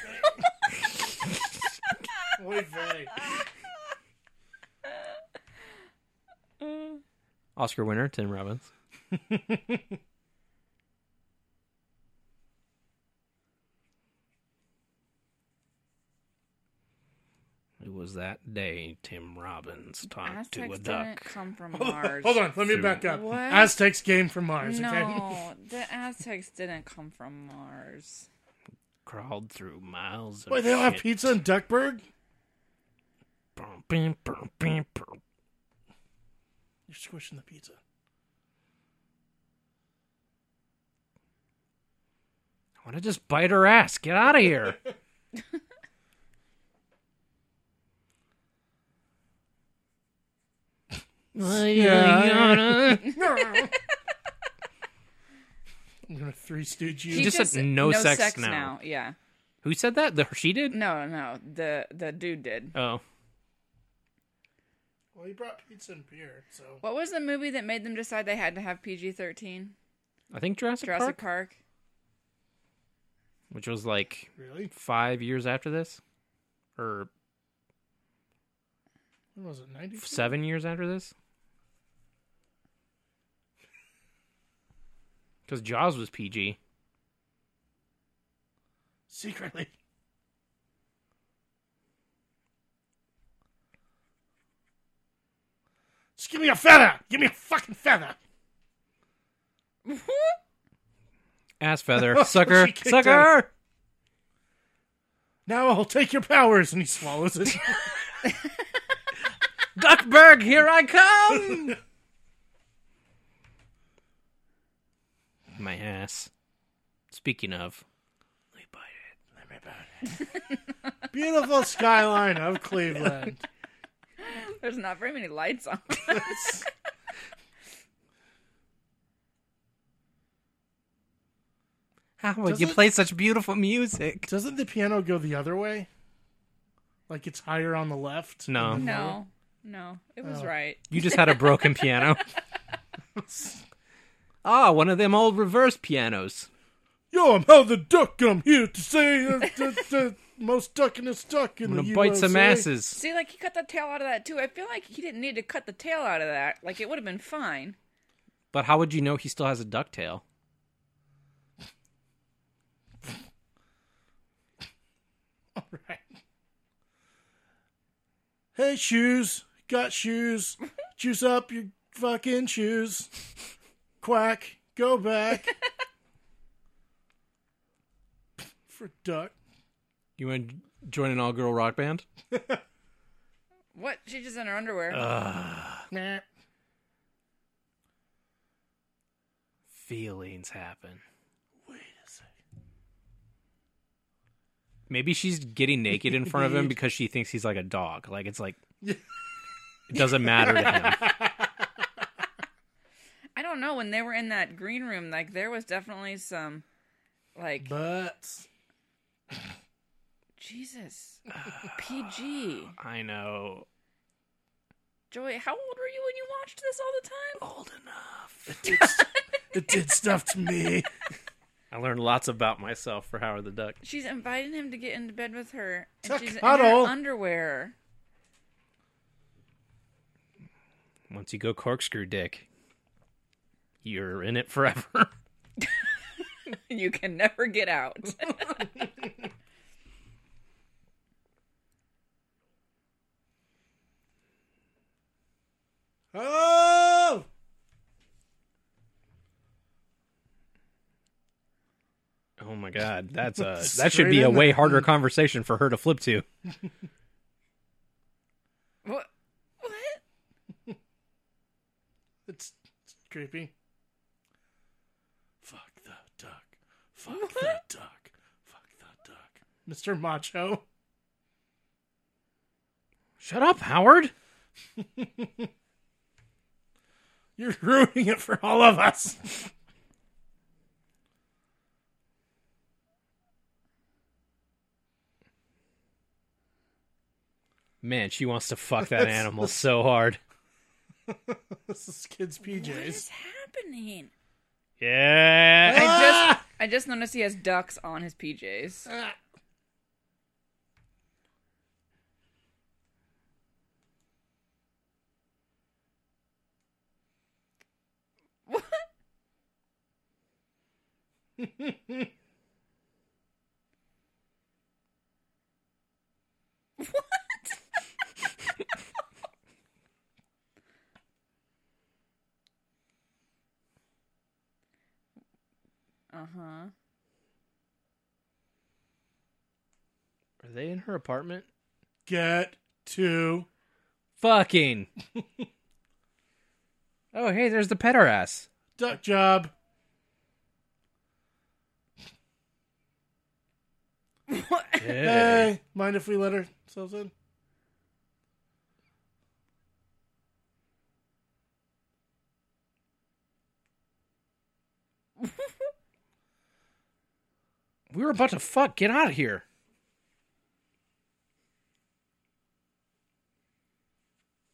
S3: Oy vey.
S4: Oscar winner Tim Robbins. it was that day Tim Robbins talked Uh, to a
S2: Aztecs didn't
S4: duck.
S2: come from Mars.
S3: Hold on, let me
S4: Through-
S3: back up.
S2: What?
S3: Aztecs game from Mars, okay?
S2: No, the Aztecs didn't come from Mars.
S4: Crawled through miles of
S3: Wait, they don't have
S4: shit.
S3: pizza in Duckburg?
S4: Bum, bum, bum, bum, bum.
S3: You're squishing the pizza.
S4: I want to just bite her ass. Get out of here.
S3: Yeah. I'm gonna three stooge you.
S4: He just said no sex now.
S2: Yeah.
S4: Who said that? The, she did?
S2: No, no, the the dude did.
S4: Oh.
S3: Well, he brought pizza and beer, so
S2: What was the movie that made them decide they had to have PG thirteen?
S4: I think Jurassic,
S2: Jurassic
S4: Park,
S2: Park.
S4: which was like
S3: really,
S4: five years after this, or
S3: when was it? Ninety.
S4: seven years after this. Because Jaws was PG.
S3: secretly. Just give me a feather. Give me a fucking feather.
S4: Ass feather,
S3: Oh, She
S4: sucker,
S3: kicked
S4: sucker.
S3: Now I'll take your powers, and he swallows it.
S4: Duckburg, here I come. My ass. Speaking of, let me bite it.
S3: Beautiful skyline of Cleveland.
S2: There's not very many lights on.
S4: How would
S3: Does
S4: you
S3: it-
S4: play such beautiful music?
S3: Doesn't the piano go the other way? Like it's higher on the left?
S4: No.
S3: and then lower?
S2: no, no, it
S3: Oh.
S2: was right.
S4: You just had a broken piano. Ah, one of them old reverse pianos.
S3: Yo, I'm how the duck. I'm here to say uh, the, the most ducking is stuck in
S4: I'm
S3: the
S4: gonna bite some
S3: USA.
S4: asses.
S2: See, like he cut the tail out of that too. I feel like he didn't need to cut the tail out of that. Like it would have been fine.
S4: But how would you know he still has a ducktail?
S3: All right. Hey, shoes. Got shoes. Juice up your fucking shoes. Quack. Go back. For duck.
S4: You want to join an all-girl rock band?
S2: What? She's just in her
S4: Oh,
S2: underwear.
S3: Nah.
S4: Feelings happen. Wait a second. Maybe she's getting naked in front of him because she thinks he's like a dog. Like it's like it doesn't matter to him.
S2: I don't know. When they were in that green room, like there was definitely some, like
S3: But
S2: Jesus, PG.
S4: I know.
S2: Joy, how old were you when you watched this all the time?
S4: Old enough.
S3: it did stuff to me.
S4: I learned lots about myself for Howard the Duck.
S2: She's inviting him to get into bed with her, and
S3: Tuck
S2: she's in her
S3: huddle.
S2: underwear.
S4: Once you go corkscrew dick, you're in it forever.
S2: You can never get out.
S3: Oh!
S4: oh my god, that's a that should be
S3: Straight
S4: a
S3: in
S4: way
S3: there.
S4: harder conversation for her to flip to.
S2: what? What?
S3: It's, it's creepy. Fuck the duck. Fuck the duck. Fuck the duck. Mr. Macho.
S4: Shut up, Howard.
S3: You're ruining it for all of us.
S4: Man, she wants to fuck that animal so hard.
S3: this is kids' PJs.
S2: What is happening?
S4: Yeah.
S2: I just I just noticed he has ducks on his PJs.
S3: Ah!
S2: What? what? Uh huh.
S4: Are they in her apartment?
S3: Get to
S4: Fucking. oh, hey, there's the petter ass.
S3: duck job.
S2: What?
S3: Hey, mind if we let ourselves in?
S4: We were about to fuck. Get out of here.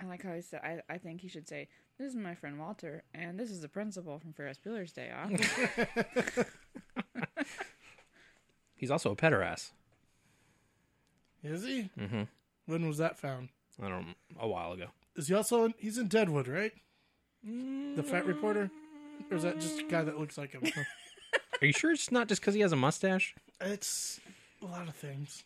S2: I like how he said. I, I think he should say, "This is my friend Walter, and this is the principal from Ferris Bueller's Day Off."
S4: He's also a petter ass.
S3: Is he? Mm-hmm. When was that found?
S4: I don't. A while ago.
S3: Is he also in, he's in Deadwood, right? The fat reporter, or is that just a guy that looks like him?
S4: Are you sure it's not just because he has a mustache?
S3: it's a lot of things.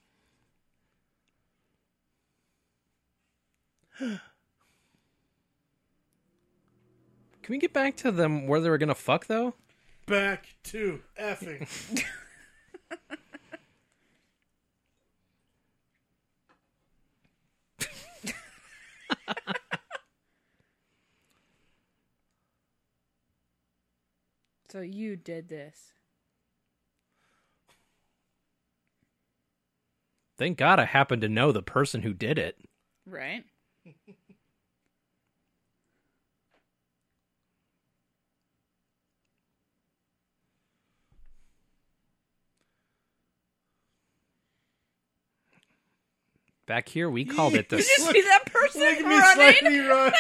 S4: Can we get back to them where they were gonna fuck though?
S3: Back to effing.
S2: So you did this.
S4: Thank God I happen to know the person who did it.
S2: Right?
S4: Back here, we called it
S2: Did
S4: the
S2: you see that person
S3: Look at me
S2: running?
S3: slightly run.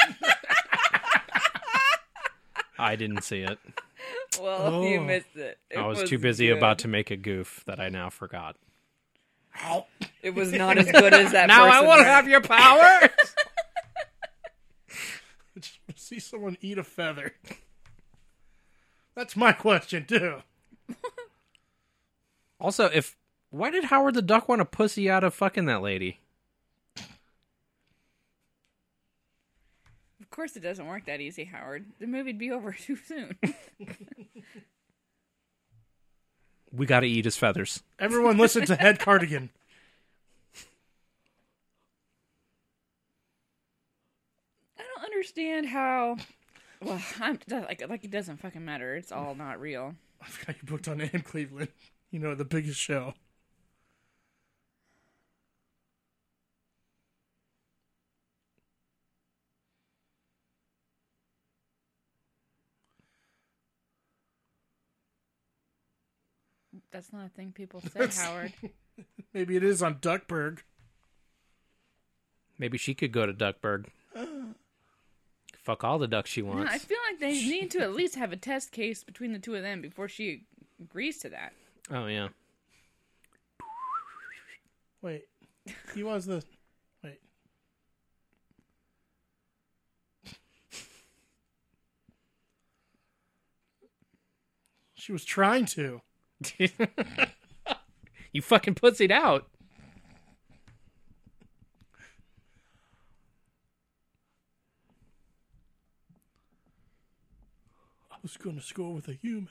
S4: I didn't see it.
S2: Well, you
S3: Oh.
S2: missed it. It
S4: I was, too busy about to make a goof that I now forgot.
S3: Ow.
S2: It was not as good as that.
S4: now I
S2: person
S4: want to
S2: ran.
S4: have your power.
S3: I just wanna see someone eat a feather. That's my question too.
S4: also, if why did Howard the Duck want to pussy out of fucking that lady?
S2: Of course, it doesn't work that easy, Howard. The movie'd be over too soon.
S4: We got to eat his feathers.
S3: Everyone listen to Head Cardigan.
S2: I don't understand how. Well, I'm like, like it doesn't fucking matter. It's all not real.
S3: I forgot you booked on AM Cleveland. You know the biggest show.
S2: That's not a thing people say, Howard.
S3: Maybe it is on Duckburg.
S4: Maybe she could go to Duckburg. Fuck all the ducks she
S2: No,
S4: wants.
S2: I feel like they need to at least have a test case between the two of them before she agrees to that.
S4: oh yeah.
S3: Wait, he was the. Wait, she was trying to.
S4: you fucking pussied out.
S3: I was going to score with a human.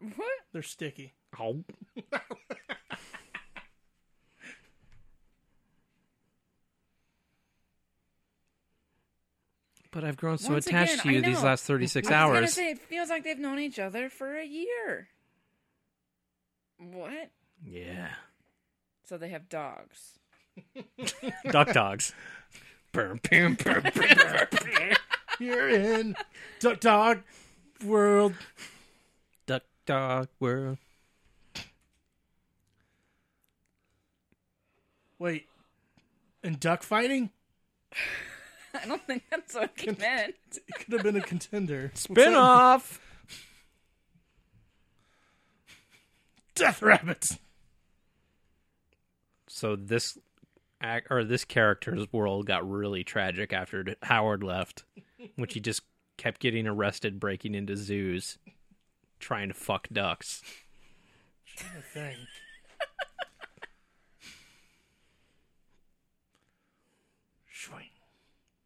S2: What?
S3: They're sticky.
S4: Oh. but I've grown so
S2: Once again,
S4: attached to you
S2: I
S4: these
S2: know.
S4: last 36
S2: I was gonna
S4: hours.
S2: say it feels like they've known each other for a year. What?
S4: yeah.
S2: So they have dogs.
S4: Duck dogs. Burm, burm, burm, burm.
S3: You're in Duck Dog World.
S4: Duck dog world.
S3: Wait, and duck fighting?
S2: I don't think that's what he meant.
S3: It could have been a contender.
S4: Spin off.
S3: Death Rabbits.
S4: So this ac- or this character's world got really tragic after d- Howard left, which he just kept getting arrested breaking into zoos trying to fuck ducks.
S3: Kind of thing. Shwing.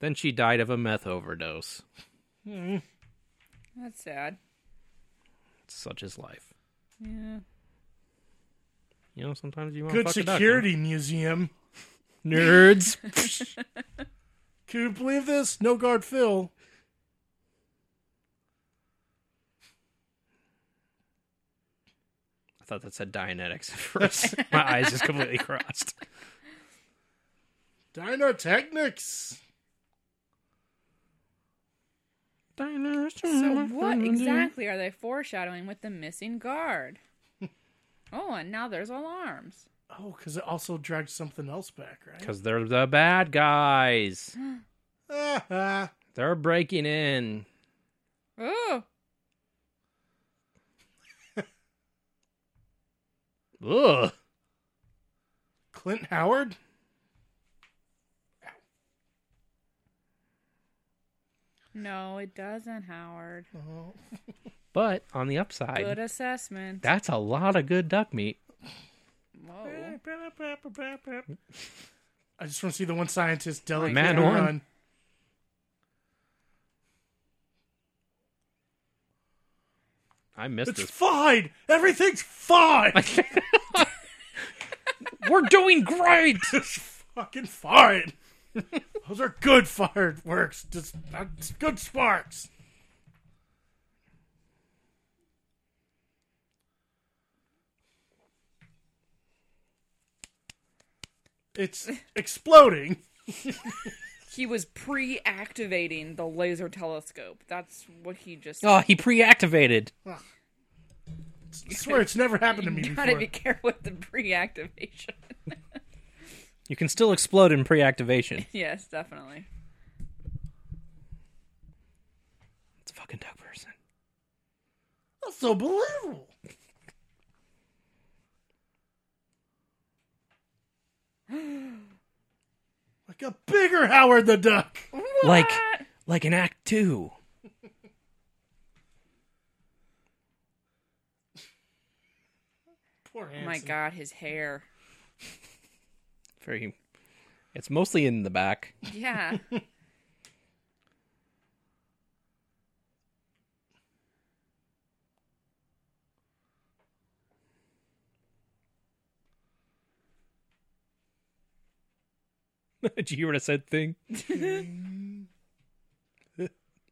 S4: Then she died of a meth overdose.
S2: That's sad.
S4: Such is life.
S2: Yeah.
S4: You know, sometimes you want
S3: Good
S4: fuck a duck, huh?
S3: security museum.
S4: nerds.
S3: Can you believe this? No guard Phil.
S4: I thought that said Dianetics at first. My eyes just completely crossed.
S3: Dinotechnics.
S2: So
S3: Mm-hmm.
S2: what exactly are they foreshadowing with the missing guard? Oh, and now there's alarms.
S3: Oh, because it also dragged something else back, right?
S4: Because they're the bad guys.
S3: Ah, ah.
S4: They're breaking in.
S2: Oh,
S4: Ugh.
S3: Clint Howard?
S2: No, it doesn't, Howard.
S3: Oh.
S4: But on the upside,
S2: Good assessment.
S4: that's a lot of good duck meat.
S2: Whoa.
S3: I just want to see the one scientist delicate
S4: Man
S3: run.
S4: one. I missed
S3: It's
S4: this.
S3: fine. Everything's fine.
S4: We're doing great.
S3: It's fucking fine. Those are good fireworks. Just uh, it's good sparks. It's exploding.
S2: He was pre activating the laser telescope. That's what he just
S4: Oh, he pre-activated.
S3: I swear it's never happened to me
S2: You
S3: before.
S2: gotta be careful with the pre activation.
S4: You can still explode in pre-activation.
S2: yes, definitely.
S4: It's a fucking duck person.
S3: That's unbelievable. like a bigger Howard the Duck.
S4: Like,
S2: What?
S4: like in Act Two.
S3: Poor Hanson.
S2: Oh my god, his hair.
S4: Very. It's mostly in the back.
S2: Yeah.
S4: Did you hear what I said? Thing.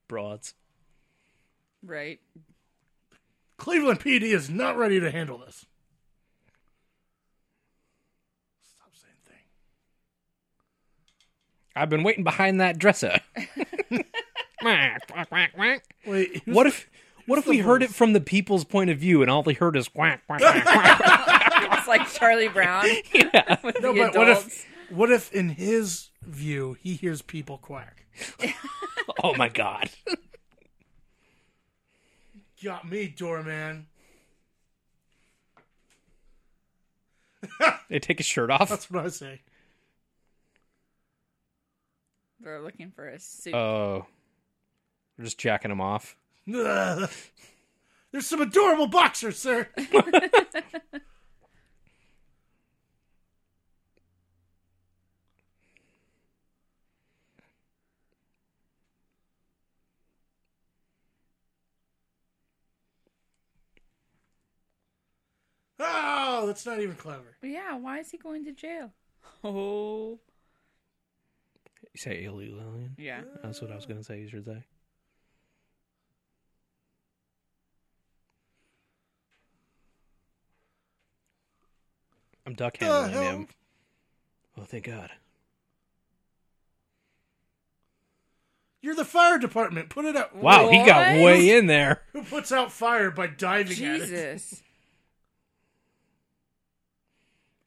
S4: Broads.
S2: right.
S3: Cleveland PD is not ready to handle this. Stop saying thing.
S4: I've been waiting behind that dresser. Quack, quack, quack, quack.
S3: Wait, who's-
S4: what if? What if
S3: the
S4: we heard it
S3: voice?
S4: from the people's point of view, and all they heard is quack quack quack? quack.
S2: It's like Charlie Brown with the
S3: no, but
S2: adults.
S3: what if what if in his view he hears people quack?
S4: oh my god!
S3: Got me, doorman.
S4: They take his shirt off.
S3: That's what I say.
S2: They're looking for a suit.
S4: Oh, we're just jacking him off.
S3: Ugh. There's some adorable boxers, sir. oh, that's not even clever.
S2: But yeah, why is he going to jail? Oh.
S4: You say illegal alien?
S2: Yeah.
S4: That's what I was gonna say. You should say. I'm duck
S3: The
S4: handling
S3: hell?
S4: him. Oh, thank God.
S3: You're the fire department. Put it out.
S4: Wow, he got
S2: What?
S4: way in there.
S3: Who puts out fire by diving at it?
S2: Jesus.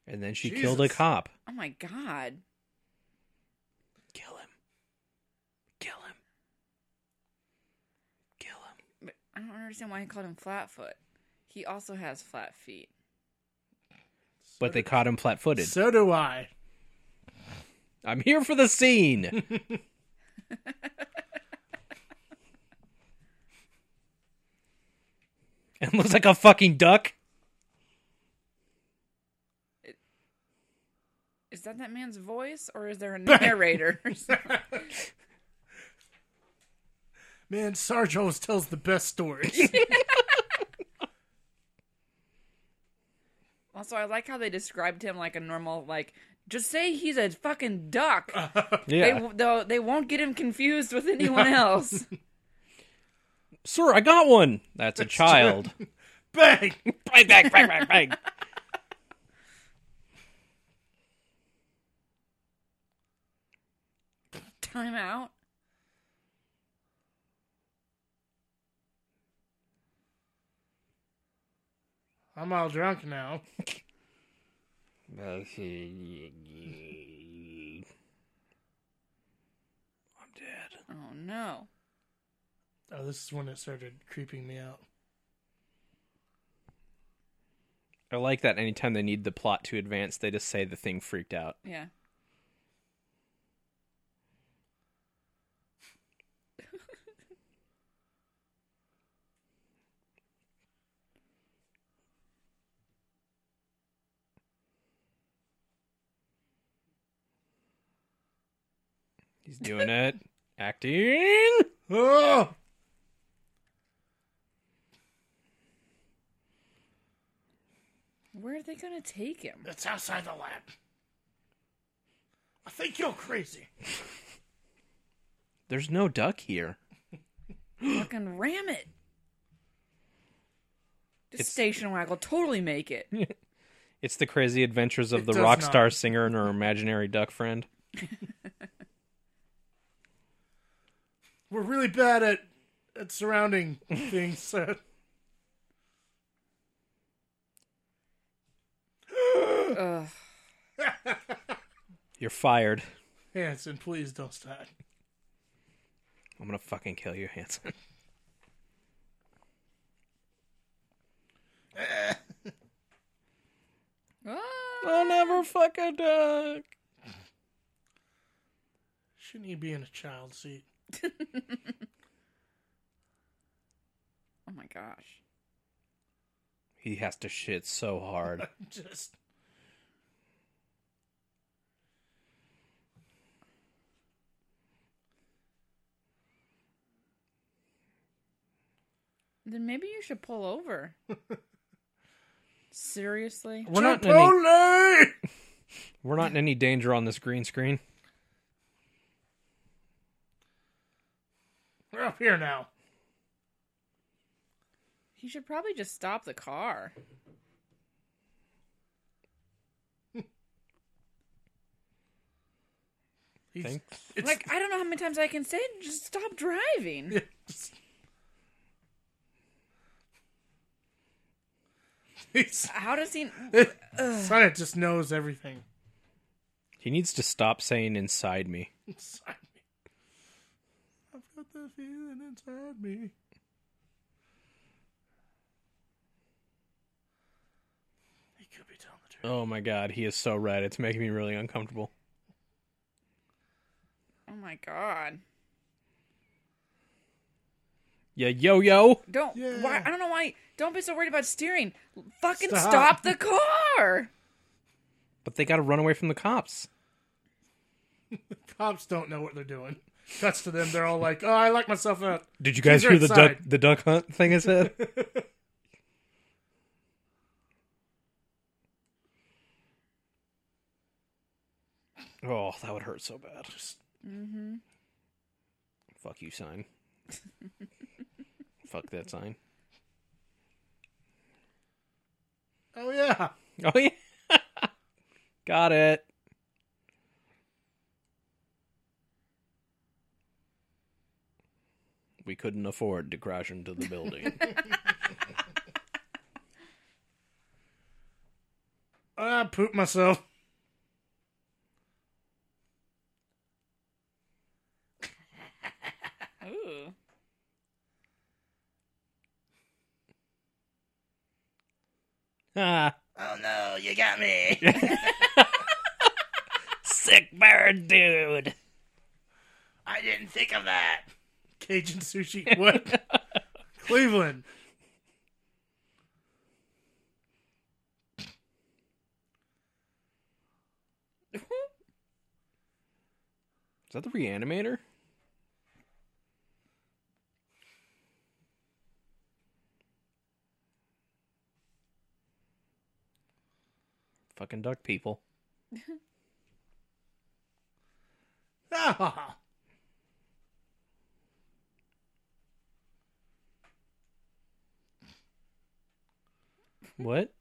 S4: And then she killed a
S3: Jesus.
S4: cop.
S2: Oh my god.
S4: Kill him. Kill him. Kill him.
S2: But I don't understand why he called him Flatfoot. He also has flat feet.
S4: But they caught him flat footed.
S3: So do I.
S4: I'm here for the scene. and looks like a fucking duck.
S2: Is that that man's voice, or is there a narrator?
S3: Man, Sarge always tells the best stories.
S2: also, I like how they described him like a normal, like just say he's a fucking duck. They
S4: Uh, Yeah.
S2: w- though they won't get him confused with anyone else.
S4: Sir, I got one. That's a child.
S3: Bang!
S4: bang, bang, bang, bang, bang.
S2: Time out.
S3: I'm all drunk now.
S4: I'm dead.
S2: Oh no.
S3: Oh, this is when it started creeping me out.
S4: I like that anytime they need the plot to advance, they just say the thing freaked out.
S2: Yeah.
S4: He's doing it. Acting.
S3: Oh!
S2: Where are they gonna take him?
S3: It's outside the lab. I think you're crazy.
S4: There's no duck here.
S2: Fucking ram it. This
S4: It's-
S2: station wagon will totally make it.
S4: It's the crazy adventures of
S3: It
S4: the
S3: does
S4: rock
S3: not.
S4: star singer and her imaginary duck friend.
S3: We're really bad at at surrounding things. so-
S2: Ugh.
S4: You're fired.
S3: Hanson, please don't stop.
S4: I'm gonna fucking kill you, Hanson.
S2: Ah.
S4: I'll never fuck a duck.
S3: Shouldn't you be in a child seat?
S2: Oh my gosh.
S4: He has to shit so hard.
S3: Just
S2: Then maybe you should pull over. Seriously?
S4: We're not in any,
S3: Chipotle!
S4: we're not in any danger on this green screen.
S3: We're up here now.
S2: He should probably just stop the car.
S3: He's,
S4: Thanks.
S3: It's,
S2: Like, I don't know how many times I can say, it, just stop driving.
S3: it's- He's-
S2: How does he.
S3: scientist knows everything.
S4: He needs to stop saying inside me.
S3: Inside me. I've got that feeling inside me. He could be telling the truth.
S4: Oh my god, he is so red. It's making me really uncomfortable.
S2: Oh my god.
S4: Yeah, yo yo.
S2: Don't. Why?
S3: Yeah.
S2: I don't know why. Don't be so worried about steering. Fucking
S3: Stop.
S2: stop the car.
S4: But they gotta run away from the cops.
S3: Cops don't know what they're doing. Cuts to them. They're all like, "Oh, I locked myself out."
S4: Did you
S3: guys These are hear the duck- inside.
S4: the duck hunt thing I said? oh, that would hurt so bad. Mm-hmm. Fuck you, sign. Fuck that sign.
S3: Oh yeah.
S4: Oh yeah. Got it. We couldn't afford to crash into the building.
S3: I pooped myself.
S2: Ooh.
S4: ah,
S3: Oh no, you got me.
S4: sick bird, dude.
S3: I didn't think of that. Cajun sushi. What? Cleveland.
S4: Is that the reanimator? Fucking duck people.
S3: Ah.
S4: What?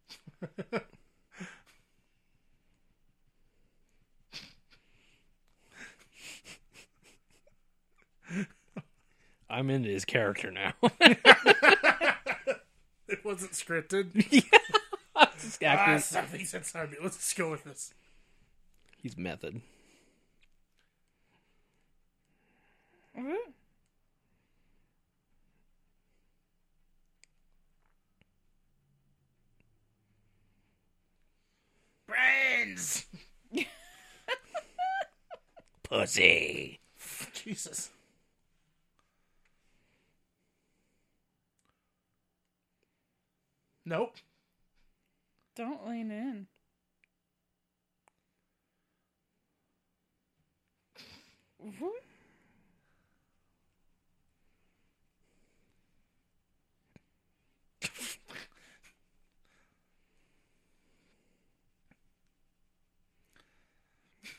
S4: I'm into his character now.
S3: It wasn't scripted.
S4: Just
S3: ah,
S4: acting-
S3: something's inside me. Let's just go with this.
S4: He's method.
S2: Mhm.
S3: Brains.
S4: Pussy.
S3: Jesus. Nope.
S2: Don't lean in.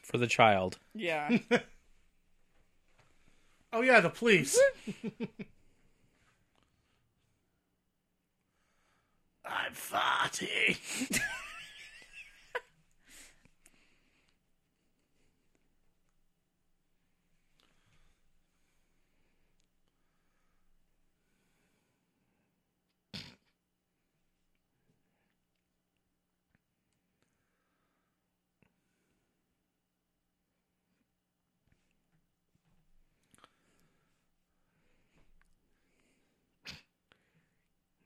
S4: for the child.
S2: Yeah.
S3: Oh yeah, the police. I'm farting.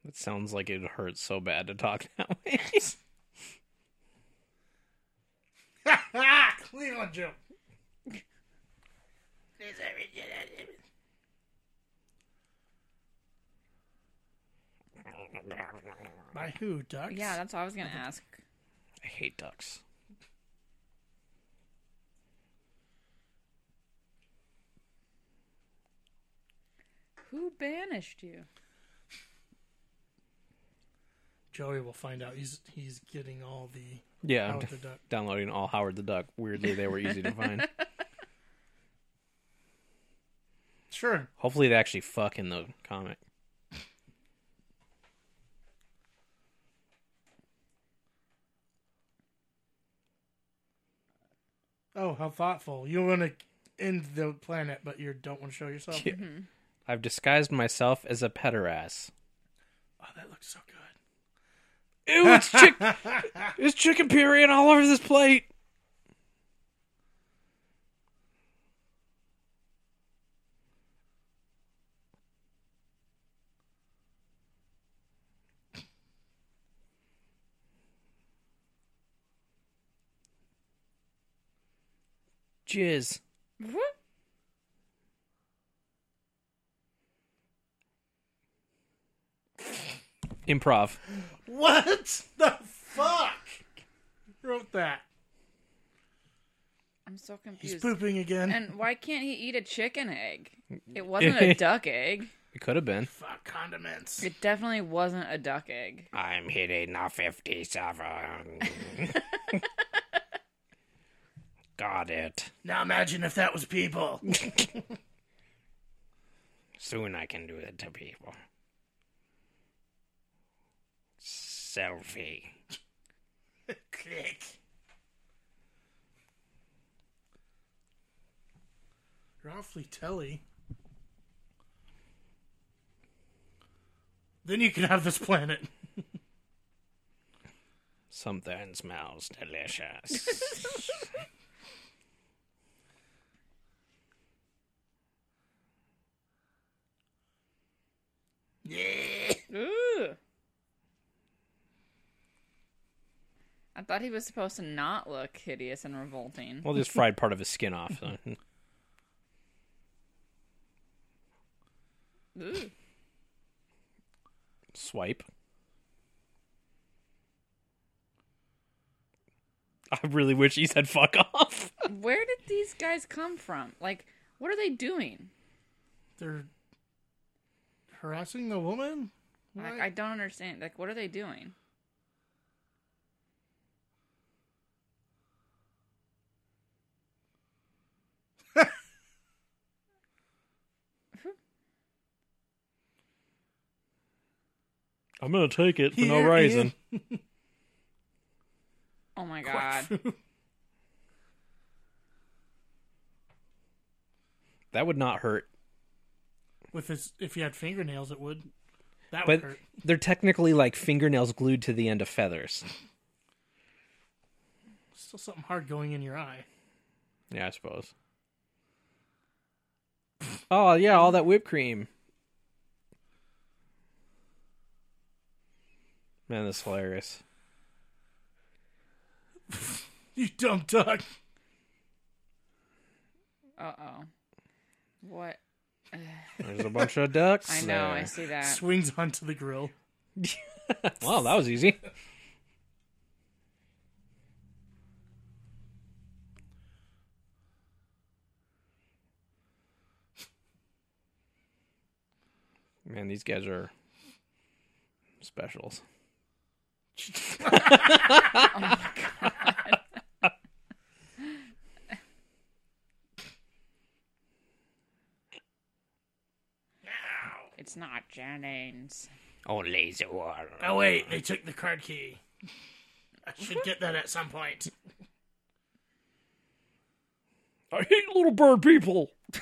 S4: It sounds like it hurts so bad to talk that way.
S3: Cleveland Jim. By who, Ducks?
S2: Yeah, that's what I was gonna ask.
S4: I hate ducks.
S2: Who banished you?
S3: Joey will find out. He's he's getting all the
S4: Yeah, I'm
S3: out
S4: d-
S3: the duck.
S4: downloading all Howard the Duck. Weirdly, they were easy to find.
S3: Sure.
S4: Hopefully, they actually fuck in the comic.
S3: Oh, how thoughtful. You want to end the planet, but you don't want to show yourself.
S4: Yeah. I've disguised myself as a pederast.
S3: Oh, that looks so good.
S4: Ew, it's, chick- it's chicken period all over this plate. Jizz.
S2: Whoop.
S4: Improv.
S3: What the fuck? Who wrote that?
S2: I'm so
S3: He's
S2: confused.
S3: pooping again.
S2: And why can't he eat a chicken egg? It wasn't a duck egg.
S4: It could have been.
S3: Fuck condiments.
S2: It definitely wasn't a duck egg.
S4: I'm hitting a 57. Got it.
S3: Now imagine if that was people.
S4: Soon I can do it to people. Selfie.
S3: Click. You're awfully telly. Then you can have this planet.
S4: Something smells delicious.
S2: Ooh. I thought he was supposed to not look hideous and revolting.
S4: well, just fried part of his skin off. so-
S2: Ooh.
S4: Swipe. I really wish he said fuck off.
S2: Where did these guys come from? Like, what are they doing?
S3: They're harassing the woman?
S2: Like,
S3: What?
S2: I don't understand. Like, what are they doing?
S4: I'm gonna take it for
S3: Here
S4: no
S3: in
S4: reason.
S2: Oh my god.
S4: That would not hurt.
S3: With his, if he had fingernails, it would. That
S4: But
S3: would hurt.
S4: they're technically like fingernails glued to the end of feathers.
S3: Still something hard going in your eye.
S4: Yeah, I suppose. Oh yeah, all that whipped cream. Man, that's hilarious.
S3: You dumb duck.
S2: Uh oh. What?
S4: There's a bunch of ducks.
S2: I know. I
S4: there.
S2: see that.
S3: Swings onto the grill.
S4: Wow, that was easy. Man, these guys are specials.
S2: It's not Jennings.
S4: Only the world.
S3: Oh wait, they took the card key. I should get that at some point.
S4: I hate little bird people.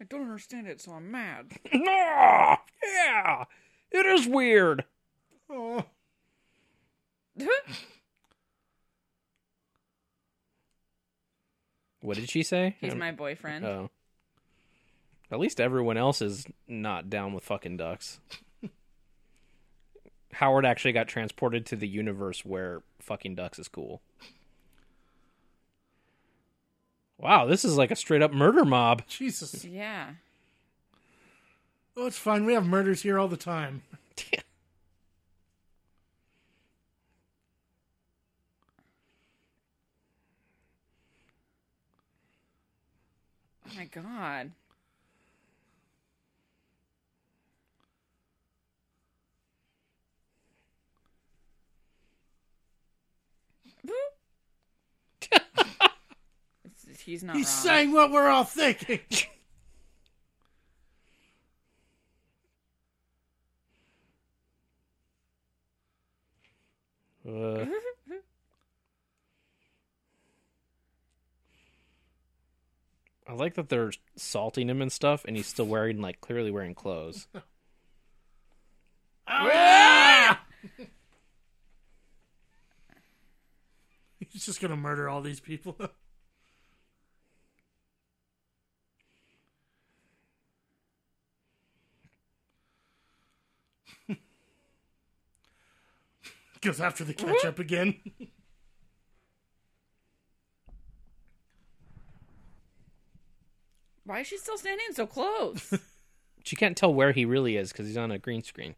S2: I don't understand it, so I'm mad.
S4: No! Oh, Yeah! It is weird.
S3: Oh,
S4: What did she say?
S2: He's
S4: Um,
S2: my boyfriend.
S4: Oh. At least everyone else is not down with fucking ducks. Howard actually got transported to the universe where fucking ducks is cool. Wow, this is like a straight up murder mob.
S3: Jesus.
S2: Yeah.
S3: Oh, it's fine. We have murders here all the time.
S2: Oh my god. It's- He's not
S3: He's
S2: wrong.
S3: saying what we're all thinking.
S4: Uh, I like that they're salting him and stuff, and he's still wearing, like, clearly wearing clothes.
S3: Ah! He's just gonna murder all these people. Goes after the catch up again.
S2: Why is she still standing so close?
S4: She can't tell where he really is because he's on a green screen.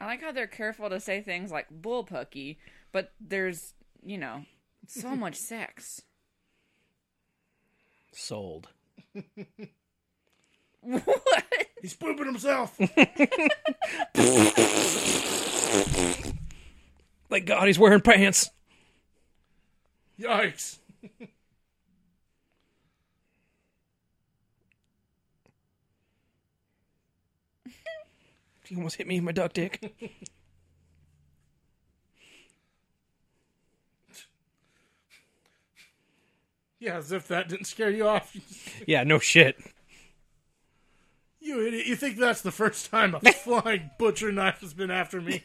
S2: I like how they're careful to say things like bullpucky, but there's, you know, so much sex.
S4: Sold.
S2: What?
S3: He's pooping himself.
S4: Thank God he's wearing pants.
S3: Yikes.
S4: He almost hit me in my duck dick.
S3: Yeah, as if that didn't scare you off.
S4: yeah, no shit.
S3: You idiot. You think that's the first time a flying butcher knife has been after me?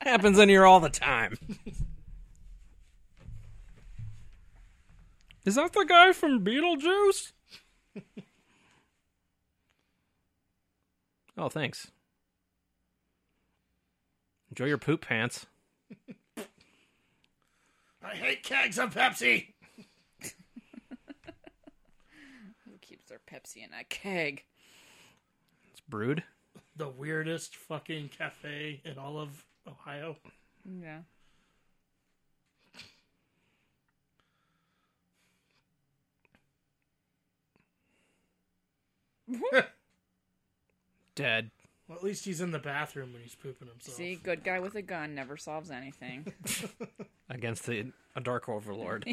S4: Happens in here all the time. Is that the guy from Beetlejuice? oh, thanks. Enjoy your poop pants.
S3: I hate kegs of Pepsi.
S2: Who keeps their Pepsi in a keg?
S4: It's brewed.
S3: the weirdest fucking cafe in all of Ohio.
S2: Yeah.
S4: Dead.
S3: Well, at least he's in the bathroom when he's pooping himself.
S2: See, good guy with a gun never solves anything.
S4: Against the a dark overlord.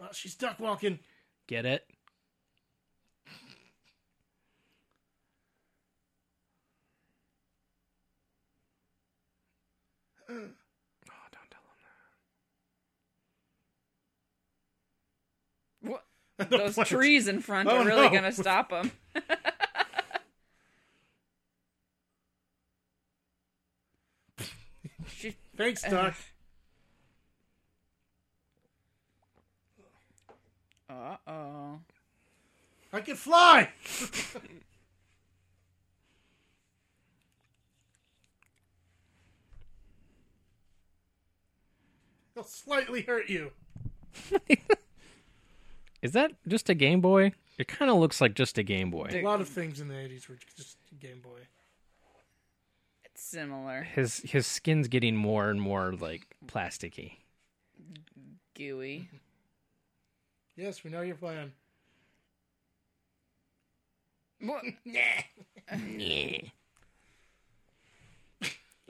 S3: Oh, she's duck walking.
S4: Get it? Oh, don't tell him
S2: What? Those
S3: Plant.
S2: trees in front
S3: Oh,
S2: are really
S3: no.
S2: going to stop him. she,
S3: Thanks, duck.
S2: uh-oh.
S3: I can fly. He'll slightly hurt you.
S4: Is that just a Game Boy? It kind of looks like just a Game Boy.
S3: A lot of things in the 80s were just Game Boy.
S2: It's similar,
S4: His his skin's getting more and more like plasticky.
S2: gooey.
S3: Yes, we know you're playing.
S2: What?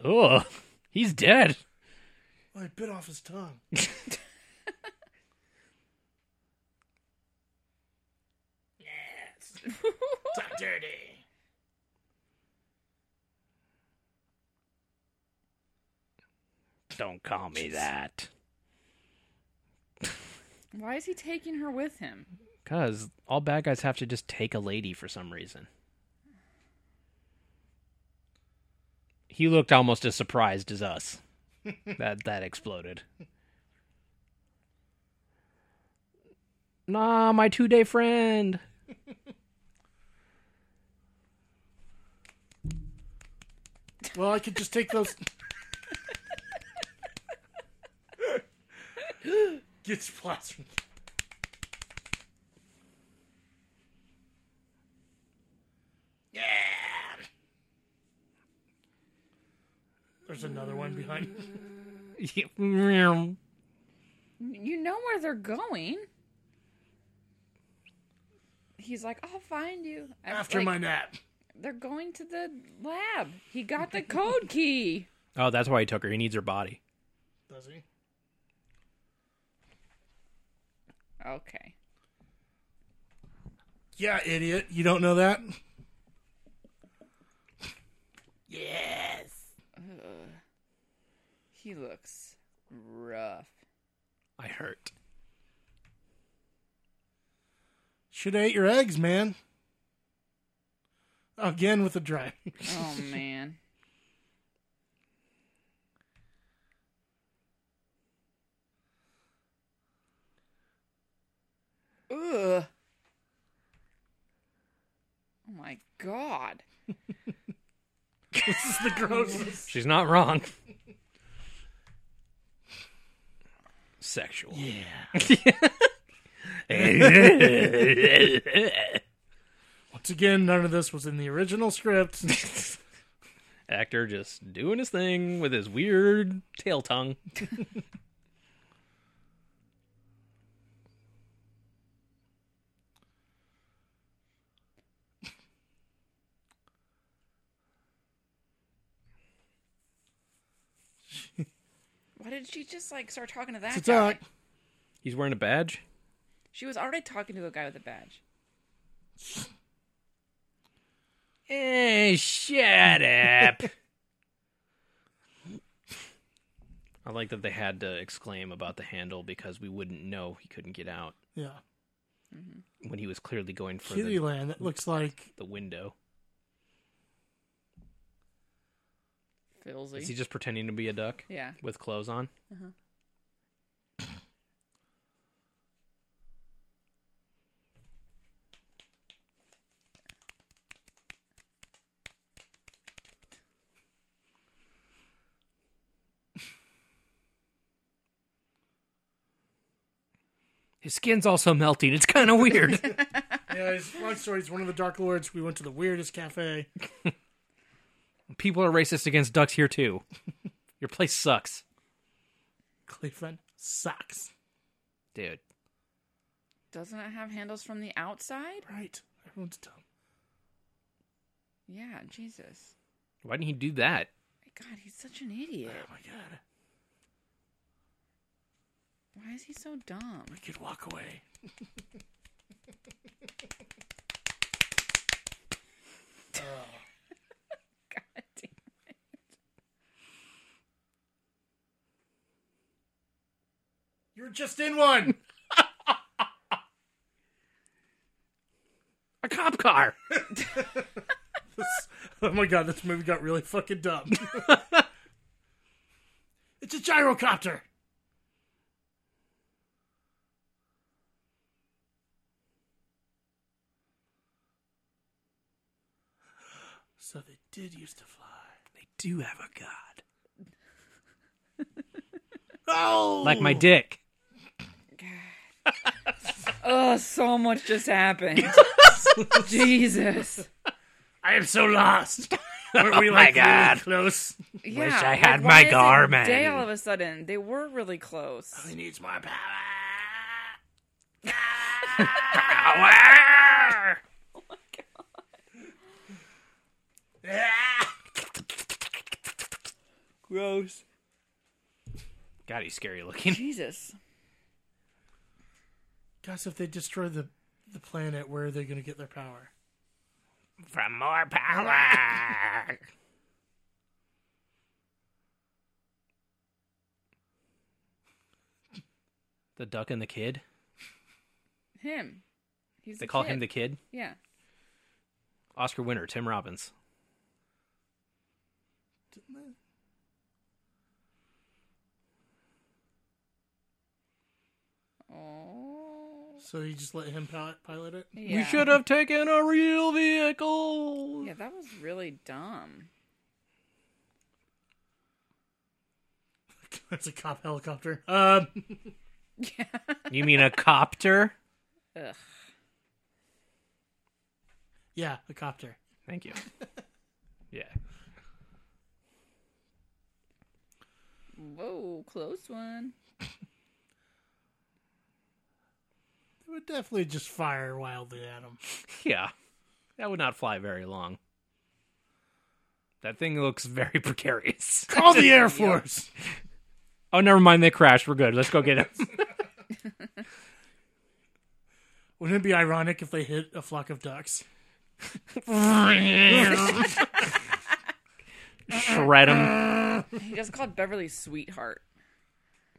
S4: Oh, he's dead.
S3: Well, I bit off his tongue. Top dirty.
S4: Don't call me that.
S2: Why is he taking her with him?
S4: Cause all bad guys have to just take a lady for some reason. He looked almost as surprised as us. that that exploded. Nah, my two day friend.
S3: Well, I could just take those. Gets plastered. Yeah. There's another one behind.
S2: You know where they're going. He's like, I'll find you. I was
S3: After
S2: like,
S3: my nap.
S2: They're going to the lab. He got the code key.
S4: oh, that's why he took her. He needs her body.
S3: Does he?
S2: Okay.
S3: Yeah, idiot. You don't know that? Yes.
S2: He looks rough.
S4: I hurt.
S3: Should have ate your eggs, man. Again with the dry.
S2: Oh, man. Ugh. Oh my god.
S3: this is the grossest.
S4: She's not wrong. Sexual.
S3: Once again, none of this was in the original script.
S4: Actor just doing his thing with his weird tail tongue.
S2: Why did she just like start talking to that
S3: It's
S2: guy?
S3: a
S4: He's wearing a badge.
S2: She was already talking to a guy with a badge.
S4: Hey, Eh, shut up. I like that they had to exclaim about the handle because we wouldn't know he couldn't get out
S3: yeah.
S4: when he was clearly going for the,
S3: Kittyland. That looks like
S4: the window.
S2: Filzy.
S4: Is he just pretending to be a duck
S2: yeah.
S4: with clothes on? His skin's also melting. It's kind of weird.
S3: yeah. It's, long story. He's one of the Dark Lords. We went to the weirdest cafe.
S4: People are racist against ducks here too. Your place sucks,
S3: Cleveland sucks.
S4: dude.
S2: Doesn't it have handles from the outside?
S3: Right. Everyone's dumb.
S2: Yeah, Jesus.
S4: Why didn't he do that?
S2: My God, he's such an idiot.
S3: Oh my god.
S2: Why is he so dumb?
S3: We could walk away. Uh.
S2: God damn.
S3: You're just in one.
S4: A cop car.
S3: This- oh my god. This movie got really fucking dumb. it's a gyrocopter. So they did used to fly.
S4: They do have a god.
S3: Oh,
S4: Like my dick.
S2: God. Oh, so much just happened. Jesus.
S3: I am so lost. Weren't we
S4: my
S3: like really
S4: God.
S3: close?
S2: Yeah,
S4: I
S2: like,
S4: had
S2: why
S4: my
S2: is it
S4: garment.
S2: Day all of a sudden, they were really close.
S3: He needs more power.
S4: Power!
S2: Gross.
S4: God, he's scary looking.
S2: Jesus.
S3: Guys, if they destroy the the planet, where are they going to get their power?
S4: From more power. the duck and the kid.
S2: Him. He's
S4: They
S2: a
S4: call
S2: kid.
S4: him the kid.
S2: Yeah.
S4: Oscar winner Tim Robbins.
S3: Didn't they?
S2: Oh.
S3: So you just let him pilot, pilot it?
S2: Yeah.
S4: have taken a real vehicle.
S2: Yeah, that was really dumb.
S3: That's a cop helicopter. Um,
S2: Yeah.
S4: You mean a copter?
S2: Ugh.
S3: yeah, a copter.
S4: Thank you. Yeah.
S2: Whoa, close one.
S3: They would definitely just fire wildly at him.
S4: Yeah. That would not fly very long. That thing looks very precarious.
S3: Call the Air Force.
S4: Oh, never mind. They crashed. We're good. Let's go get it.
S3: Wouldn't it be ironic if they hit a flock of ducks?
S4: Shred him.
S2: He just called Beverly sweetheart.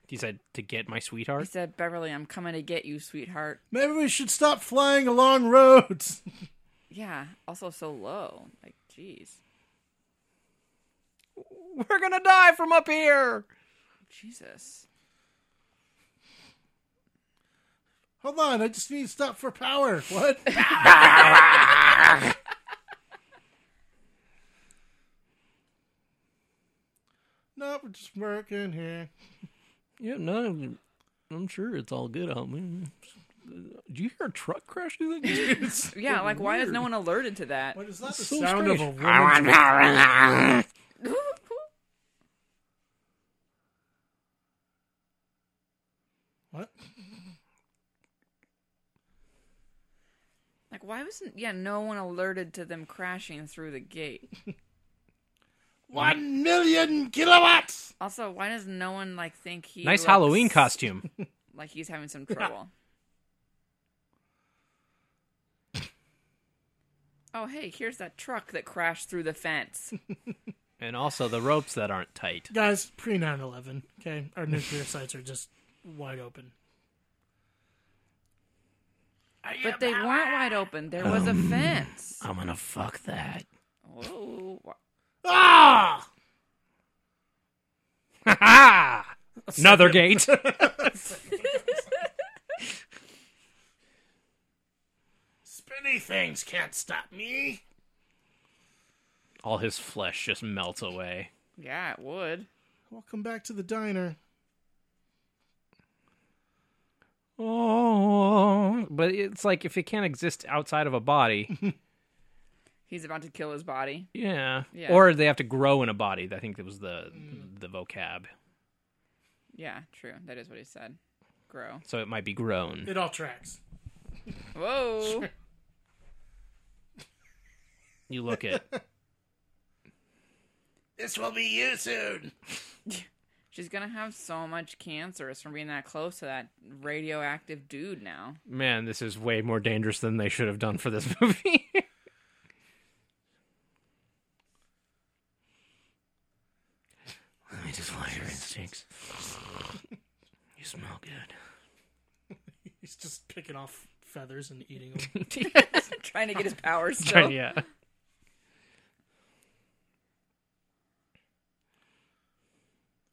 S4: He said, to get my
S2: He
S4: sweetheart.
S2: said, Beverly, I'm coming to get you, sweetheart.
S3: Maybe we should stop flying along roads.
S2: Yeah. Also so low. Like, jeez.
S4: We're going to die from up here.
S2: Jesus.
S3: Hold on, I just need to stop for power. What? no, we're just working here.
S4: Yeah, no, I'm sure it's all good out man. Do you hear a truck crash through the
S2: Yeah, like why is no one alerted to that?
S3: What is that? The
S4: so
S3: sound of a
S4: strange.
S3: woman. What?
S2: like why wasn't yeah, no one alerted to them crashing through the gate.
S3: One million kilowatts.
S2: Also, why does no one like think he
S4: Nice
S2: looks
S4: Halloween costume.
S2: Like he's having some trouble. oh hey, here's that truck that crashed through the fence.
S4: and also the ropes that aren't tight.
S3: Guys, pre 9 11, okay? Our nuclear sites are just wide open.
S2: But they weren't wide open. There was a
S4: Um.
S2: fence.
S4: I'm going to fuck that.
S2: Whoa. wha-
S3: Ah!
S4: Another gate.
S3: Spinny things can't stop me.
S4: All his flesh just melts away.
S2: Yeah, it would.
S3: Welcome back to the diner.
S4: Oh, but it's like if it can't exist outside of a body,
S2: He's about to kill his body.
S4: yeah.
S2: Yeah.
S4: Or they have to grow in a body. I think that was the the vocab.
S2: Yeah, true. That is what he said. Grow.
S4: So it might be grown.
S3: It all tracks.
S2: Whoa.
S4: You look at
S3: This will be you soon.
S2: She's gonna have so much cancers from being that close to that radioactive dude now.
S4: man, this is way more dangerous than they should have done for this movie. Let me just follow your instincts. You smell
S3: He's just picking off feathers and eating them.
S4: good.
S2: Trying to get his powers still.
S4: yeah.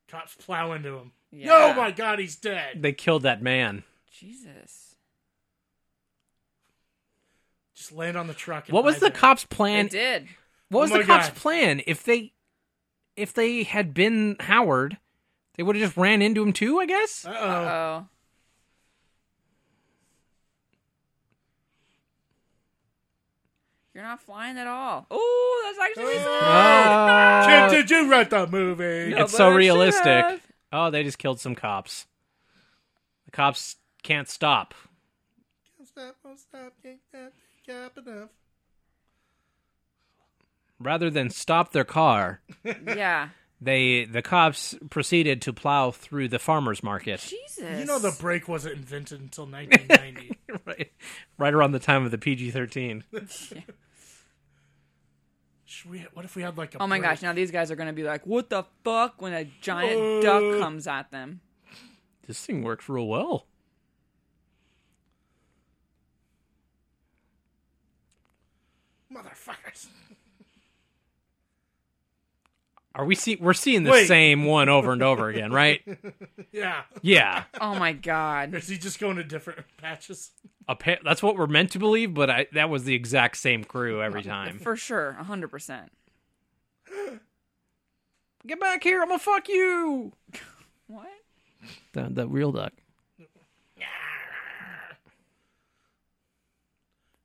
S3: Cops plow into him.
S2: Yeah.
S3: Oh my god, he's dead.
S4: They killed that man.
S2: Jesus.
S3: Just land on the truck. And
S4: What was
S3: hide
S4: the
S3: there.
S4: cop's
S2: It
S4: plan?
S2: did.
S4: What was
S3: Oh my
S4: the cop's
S3: God.
S4: plan? If they if they had been Howard, they
S3: Oh.
S4: would have just ran into him too, I guess?
S3: Uh-oh.
S2: Oh. You're not flying at all. Oh, that's actually
S3: Uh,
S4: Oh,
S2: Uh,
S3: Jim, did you rent the movie?
S2: No.
S4: it's so
S2: but I
S4: realistic.
S2: should've.
S4: Oh, they just killed some cops. The cops can't stop.
S3: Stop, won't stop, can't stop, can't stop enough.
S4: Rather than stop their car,
S2: some. yeah.
S4: they the cops proceeded to plow through the farmers market.
S2: Jesus.
S3: You know the brake wasn't invented until 1990.
S4: right, right around the time of the PG thirteen.
S3: Should we, what if we had like a
S2: Oh my
S3: brake?
S2: gosh! Now these guys are gonna be like, "What the fuck?" When a giant
S3: Whoa.
S2: duck comes at them.
S4: This thing works real well.
S3: motherfuckers!
S4: Are we see we're seeing the
S3: Wait.
S4: same one over and over again, right?
S3: Yeah,
S4: Yeah.
S2: Oh my god!
S3: is he just going to different patches?
S4: Appa- that's what we're meant to believe, but I, that was the exact same crew every time.
S2: For sure, hundred percent.
S4: Get back here, I'm gonna fuck you.
S2: What?
S4: The, the real duck.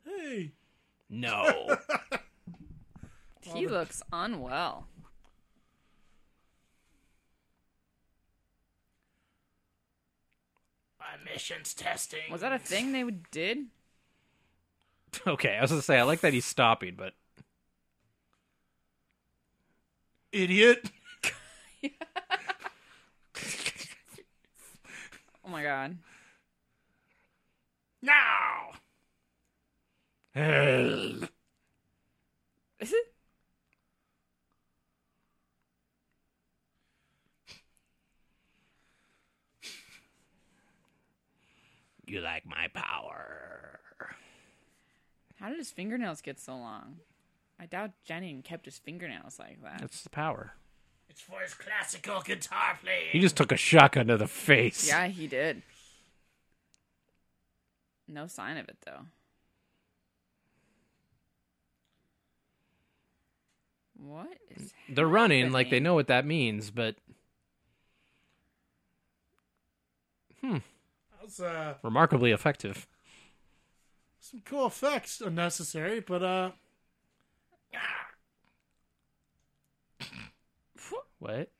S3: Hey,
S4: No.
S2: He looks unwell.
S3: emissions testing.
S2: Was that a thing they did?
S4: okay, I was gonna say I like that he's stopping, but
S3: idiot?
S2: Oh my god!
S3: No.
S2: Is it?
S4: you like my power.
S2: How did his fingernails get so long? I doubt Jenning kept his fingernails like that.
S4: That's the power.
S3: It's for his classical guitar playing.
S4: He just took a shotgun to the face.
S2: Yeah, he did. No sign of it though. What is
S4: They're running like they
S2: happening?
S4: know what that means, but
S3: That was, uh,
S4: remarkably effective.
S3: some cool effects, unnecessary, but uh,
S4: What?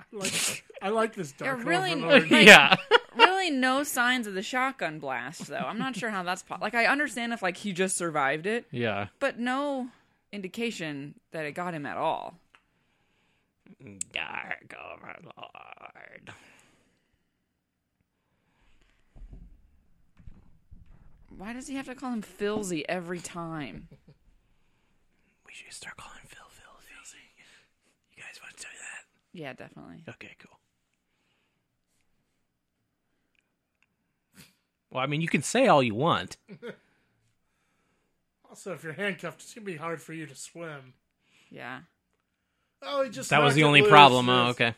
S3: I like I like this dark.
S2: They're really-
S3: over and over again.
S4: yeah.
S2: really no signs of the shotgun blast though. I'm not sure how that's po- like I understand if like he just survived it,
S4: yeah.
S2: but no indication that it got him at all.
S4: Dark overlord.
S2: Why does he have to call him Philzy every time?
S4: We should start calling Phil Phil Phil. You guys want to do that?
S2: Yeah, definitely.
S4: Okay, cool. Well, I mean, you can say all you want.
S3: Also, if you're handcuffed, it's gonna be hard for you to swim.
S2: Yeah.
S3: Oh, he just
S4: That was
S3: knocked
S4: the
S3: it
S4: only
S3: loose.
S4: problem. Oh,
S3: Yes.
S4: okay.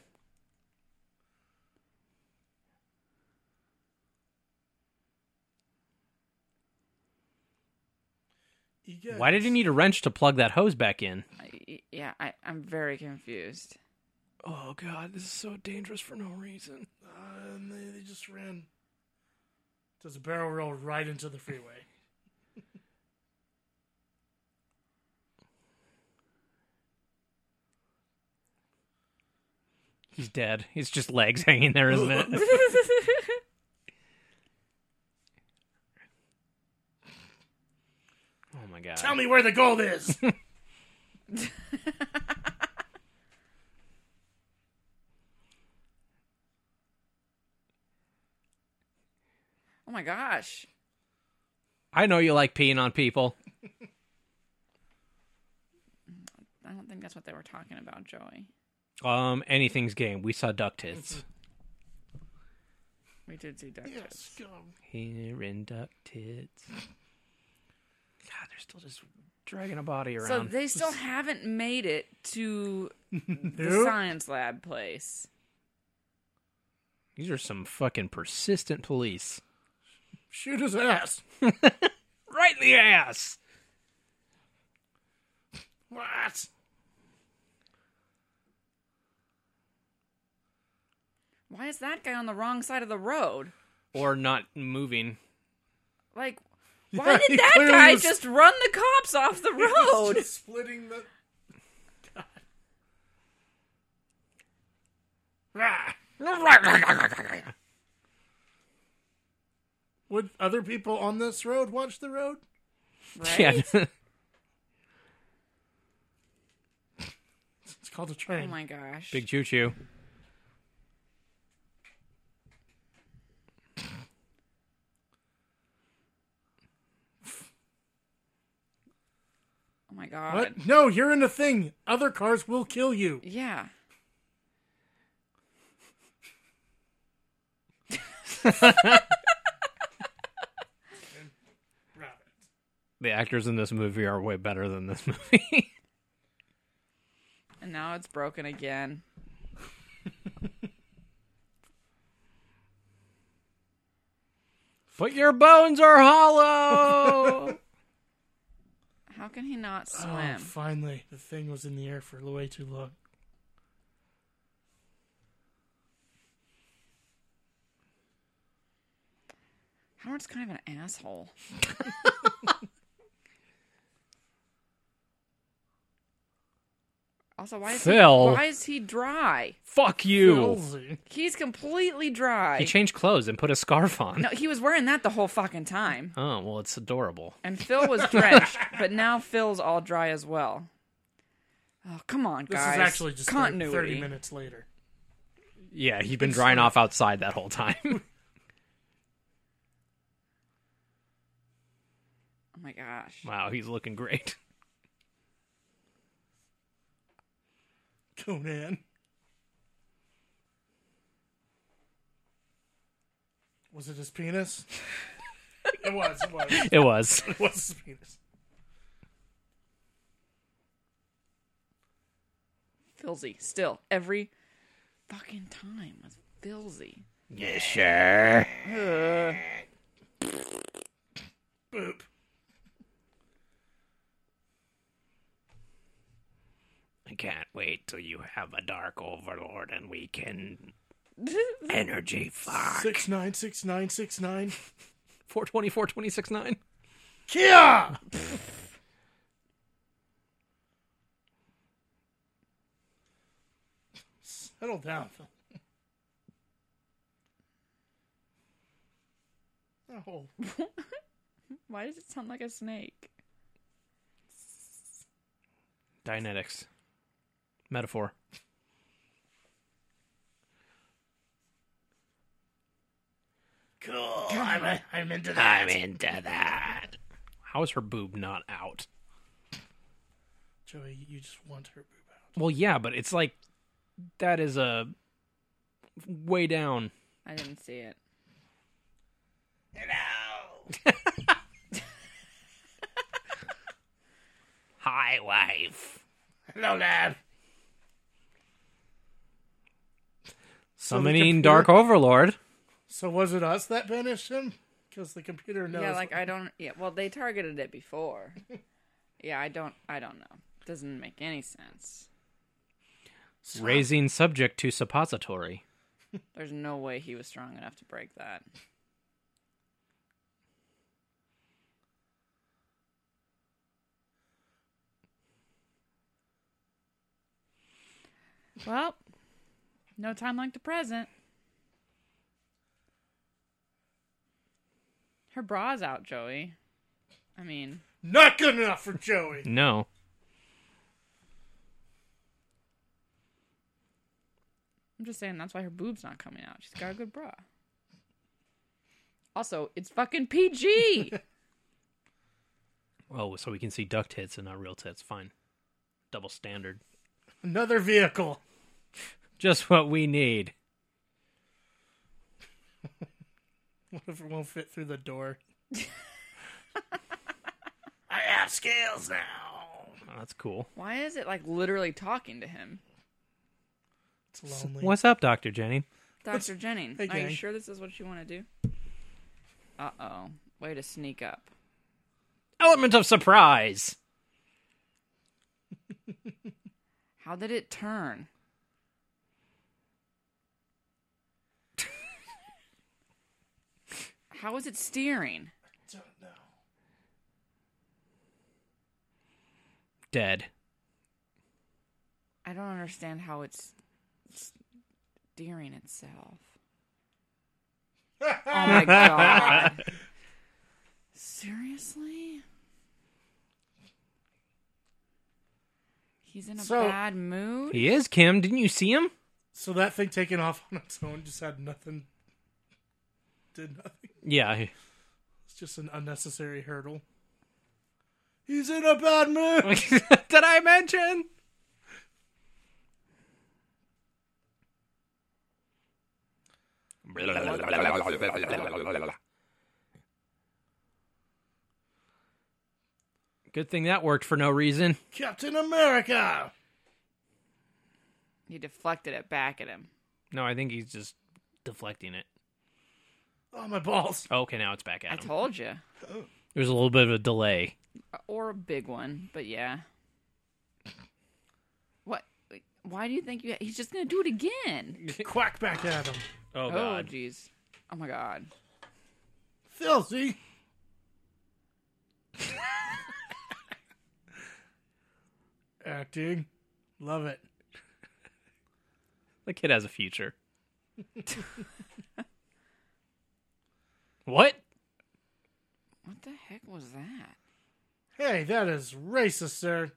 S3: You get-
S4: Why did he need a wrench to plug that hose back in?
S2: I, yeah, I, I'm very confused.
S4: Oh god, this is so dangerous for no reason.
S3: Uh, and they, they just ran. Does a barrel roll right into the freeway?
S4: He's dead. He's just legs hanging there, isn't it?
S2: Oh
S4: oh my god.
S3: Tell me where the gold is.
S2: oh my gosh.
S4: I know you like peeing on people.
S2: I don't think that's what they were talking about, Joey.
S4: Um, anything's game. We saw duck tits.
S2: We did see duck
S3: yes,
S2: tits.
S3: go.
S4: Here in duck tits. God, they're still just dragging a body
S2: So
S4: around.
S2: they still haven't made it to the
S3: Nope.
S2: science lab place.
S4: These are some fucking persistent police.
S3: Shoot his ass.
S4: Right in the ass.
S3: What?
S2: Why is that guy on the wrong side of the road?
S4: Or not moving.
S2: Like, Why
S3: Yeah, he
S2: did that
S3: clearly
S2: guy
S3: was-
S2: just run the cops off the
S3: He's
S2: road?
S3: just Oh, splitting the. God. Rah. Would other people on this road watch the road?
S2: Right?
S4: Yeah.
S3: It's called a
S2: Oh
S3: train.
S2: my gosh.
S4: Big choo choo.
S2: Oh my god.
S3: what? No, you're in a thing. Other cars will kill you.
S2: Yeah.
S4: The actors in this movie are way better than this movie.
S2: And now it's broken again.
S4: but your bones are hollow.
S2: How can he not
S3: Oh,
S2: swim?
S3: finally, the thing was in the air for way too long.
S2: Howard's kind of an asshole. also, why is
S4: Phil.
S2: he, why is he dry?
S4: Fuck you.
S3: Filthy.
S2: He's completely dry.
S4: He changed clothes and put a scarf on.
S2: no, he was wearing that the whole fucking time.
S4: Oh well, it's adorable.
S2: And Phil was drenched, but now Phil's all dry as well. Oh, come on,
S3: This
S2: guys.
S3: is actually just thir-
S2: continuity.
S3: 30 minutes later.
S4: Yeah, he'd been drying off outside that whole time.
S2: Oh my gosh.
S4: wow, he's looking great.
S3: Conan. Was it his penis? it was. It was.
S4: It was.
S3: It was his penis.
S2: Filzy. Still, every fucking time was Filzy.
S4: Yeah, sure.
S3: Boop.
S4: I can't wait till you have a dark overlord and we can energy fuck.
S3: Six nine six nine six nine.
S4: Four twenty four twenty six nine.
S3: Kia. Settle down. Phil. Oh,
S2: Why does it sound like a snake?
S4: Dianetics. Metaphor.
S3: cool. I'm, I'm into that.
S4: I'm into that. How is her boob not out?
S3: Joey, you just want her boob out.
S4: Well, yeah, but it's like that is a way down.
S2: I didn't see it.
S4: Hi, wife.
S3: Hello, lad.
S4: Summoning
S3: computer-
S4: Dark Overlord.
S3: So was it us that banished him? Because the computer knows.
S2: yeah, like I don't. Yeah, well, they targeted it before. yeah, I don't. I don't know. Doesn't make any sense.
S4: Raising subject to suppository.
S2: There's no way he was strong enough to break that. Well, no time like the present. Her bra's out, Joey. I mean,
S3: not good enough for Joey.
S4: No.
S2: I'm just saying that's why her boob's not coming out. She's got a good bra. Also, it's fucking PG.
S4: Oh, so we can see duck tits and not real tits. Fine. Double standard.
S3: Another vehicle.
S4: Just what we need.
S3: What if it won't fit through the door? I have scales now.
S4: Oh, that's cool.
S2: Why is it like literally talking to him?
S3: It's lonely.
S4: What's up, Dr. Jenny?
S2: Dr. Jennings,
S3: Hey,
S2: are you
S3: gang.
S2: sure this is what you want to do? Uh oh. Way to sneak up.
S4: Element of surprise.
S2: How did it turn? How is it steering?
S3: I don't know.
S4: dead.
S2: I don't understand how it's steering itself. oh my god. Seriously? He's in a
S3: So-
S2: bad mood?
S4: He is Kim. Didn't you see him?
S3: So that thing taking off on its own just had nothing. Did nothing.
S4: Yeah. he-
S3: It's just an unnecessary hurdle. He's in a bad mood.
S4: Did I mention? Good thing that worked for no reason.
S3: Captain America.
S2: He deflected it back at him.
S4: No, I think he's just deflecting it.
S3: Oh my balls.
S4: Oh, okay, now it's back at
S2: I
S4: him.
S2: told you.
S4: There's a little bit of a delay.
S2: Or a big one, but yeah. What? Why do you think you. He's just going to do it again.
S3: Quack back at him.
S4: Oh
S2: Oh,
S4: god.
S2: jeez. Oh, my God.
S3: Filthy. Acting. Love it.
S4: the kid has a future. what?
S2: What the heck was that?
S3: Hey, that is racist, sir.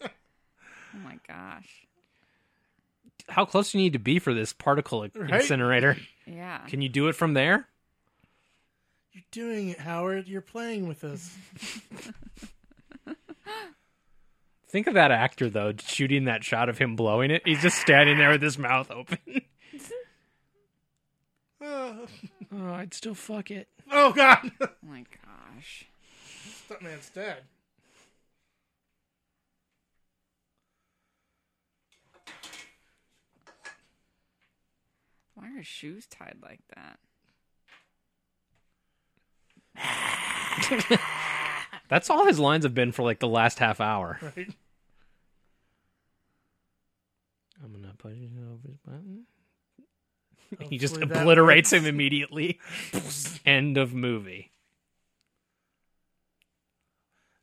S2: Oh, my gosh.
S4: How close do you need to be for this particle
S3: Right?
S4: incinerator?
S2: Yeah.
S4: Can you do it from there?
S3: You're doing it, Howard. You're playing with us.
S4: Think of that actor though, shooting that shot of him blowing it. He's just standing there with his mouth open.
S3: oh,
S4: oh, I'd still fuck it.
S3: oh, God.
S2: Oh, my gosh.
S3: Stuntman's dead.
S2: Why are his shoes tied like that?
S4: That's all his lines have been for like the last half hour.
S3: Right?
S4: I'm gonna push it over his button.
S3: Hopefully
S4: He just
S3: that
S4: obliterates
S3: works.
S4: him immediately. End of movie.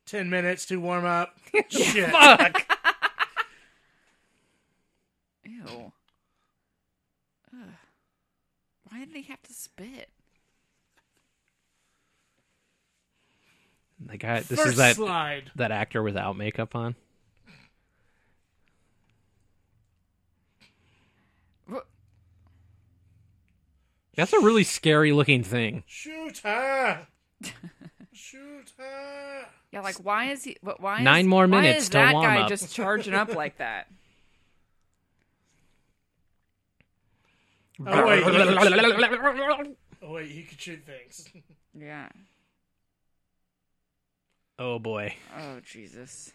S3: Ten minutes to warm up. Shit.
S4: Fuck.
S2: Ew. Ugh. Why did they have to spit?
S4: The guy. This
S3: First
S4: is that
S3: slide.
S4: that actor without makeup on.
S2: Wha-
S4: That's a really scary looking thing.
S3: Shoot her. Shoot her.
S2: Yeah, like why is he? But why?
S4: Nine
S2: is,
S4: more
S2: why
S4: minutes
S2: is
S4: to
S2: that
S4: warm
S2: guy
S4: up.
S2: just charging up like that?
S3: Oh, wait. he- oh, wait. He could shoot things.
S2: Yeah.
S4: oh boy.
S2: Oh Jesus.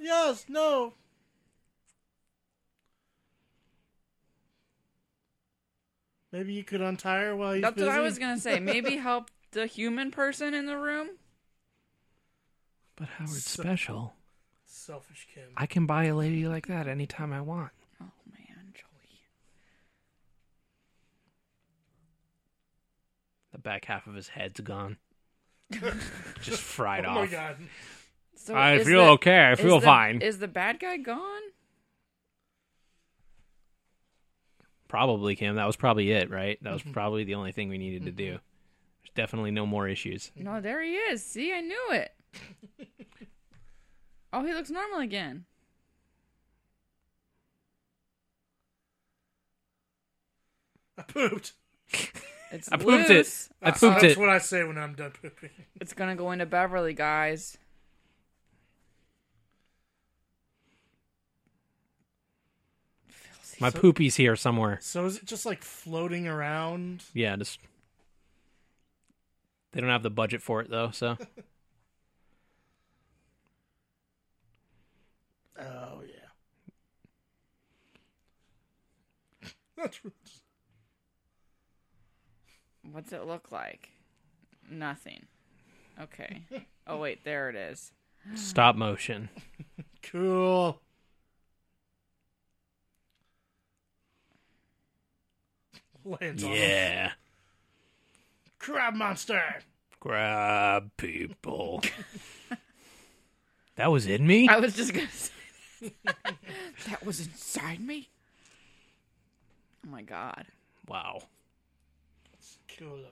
S3: Yes, no. Maybe you could untie her while he's
S2: That's
S3: busy.
S2: what I was gonna say. Maybe help the human person in the room.
S4: But Howard's special.
S3: Selfish Kim.
S4: I can buy a lady like that anytime I want.
S2: Oh man, Joey.
S4: The back half of his head's gone. just fried
S3: oh
S4: off.
S3: my god.
S2: So
S4: I
S2: is
S4: feel
S2: the-
S4: okay. I
S2: is
S4: feel
S2: the-
S4: fine.
S2: Is the bad guy gone?
S4: Probably Kim. That was probably it, right? That
S2: Mm-hmm.
S4: was probably the only thing we needed to do. There's definitely no more issues.
S2: No, there he is. See, I knew it. oh, he looks normal again.
S3: I pooped.
S2: It's
S4: I pooped it.
S2: loose.
S4: I
S3: So
S4: pooped
S3: that's
S4: it.
S3: what I say when I'm done pooping.
S2: It's gonna go into Beverly, guys.
S4: My poopy's here somewhere.
S3: So is it just like floating around?
S4: Yeah, just they don't have the budget for it though, so
S3: Oh yeah. That's
S2: What's it look like? Nothing. Okay. Oh wait, there it is.
S4: Stop motion.
S3: Cool. Lands on him.
S4: Yeah.
S3: crab monster.
S4: Grab people. that was in me?
S2: I was just gonna say that. that was inside me. Oh my god.
S4: Wow.
S3: Cool looking.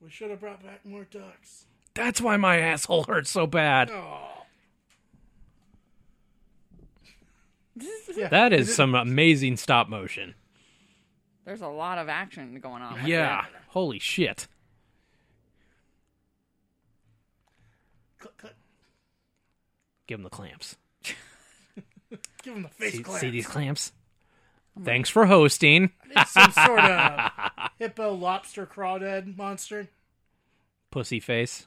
S3: We should have brought back more ducks.
S4: That's why my asshole hurts so bad.
S3: Oh,
S4: That is some amazing stop motion.
S2: There's a lot of action going on. With
S4: Yeah. Holy shit.
S3: click, click.
S4: Give him the clamps.
S3: Give him the face
S4: See,
S3: clap.
S4: see these clamps? Thanks for hosting.
S3: It's some sort of hippo lobster crawdad monster.
S4: Pussy face.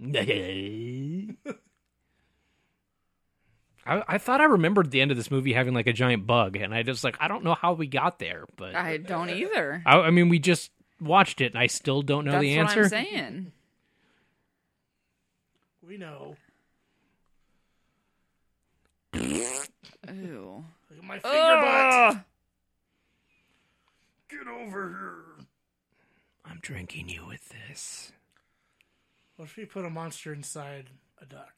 S3: Easy.
S4: I, I thought I remembered the end of this movie having like a giant bug, and I just like I don't know how we got there, but
S2: that.
S4: I,
S2: I don't either.
S4: I mean we just watched it, and I still don't know
S2: That's
S4: the
S2: what
S4: answer.
S2: I'm saying.
S3: We know.
S2: Ooh.
S3: Look at my finger butt.
S2: Ugh.
S3: Get over here.
S4: I'm drinking you with this.
S3: What if you put a monster inside a duck?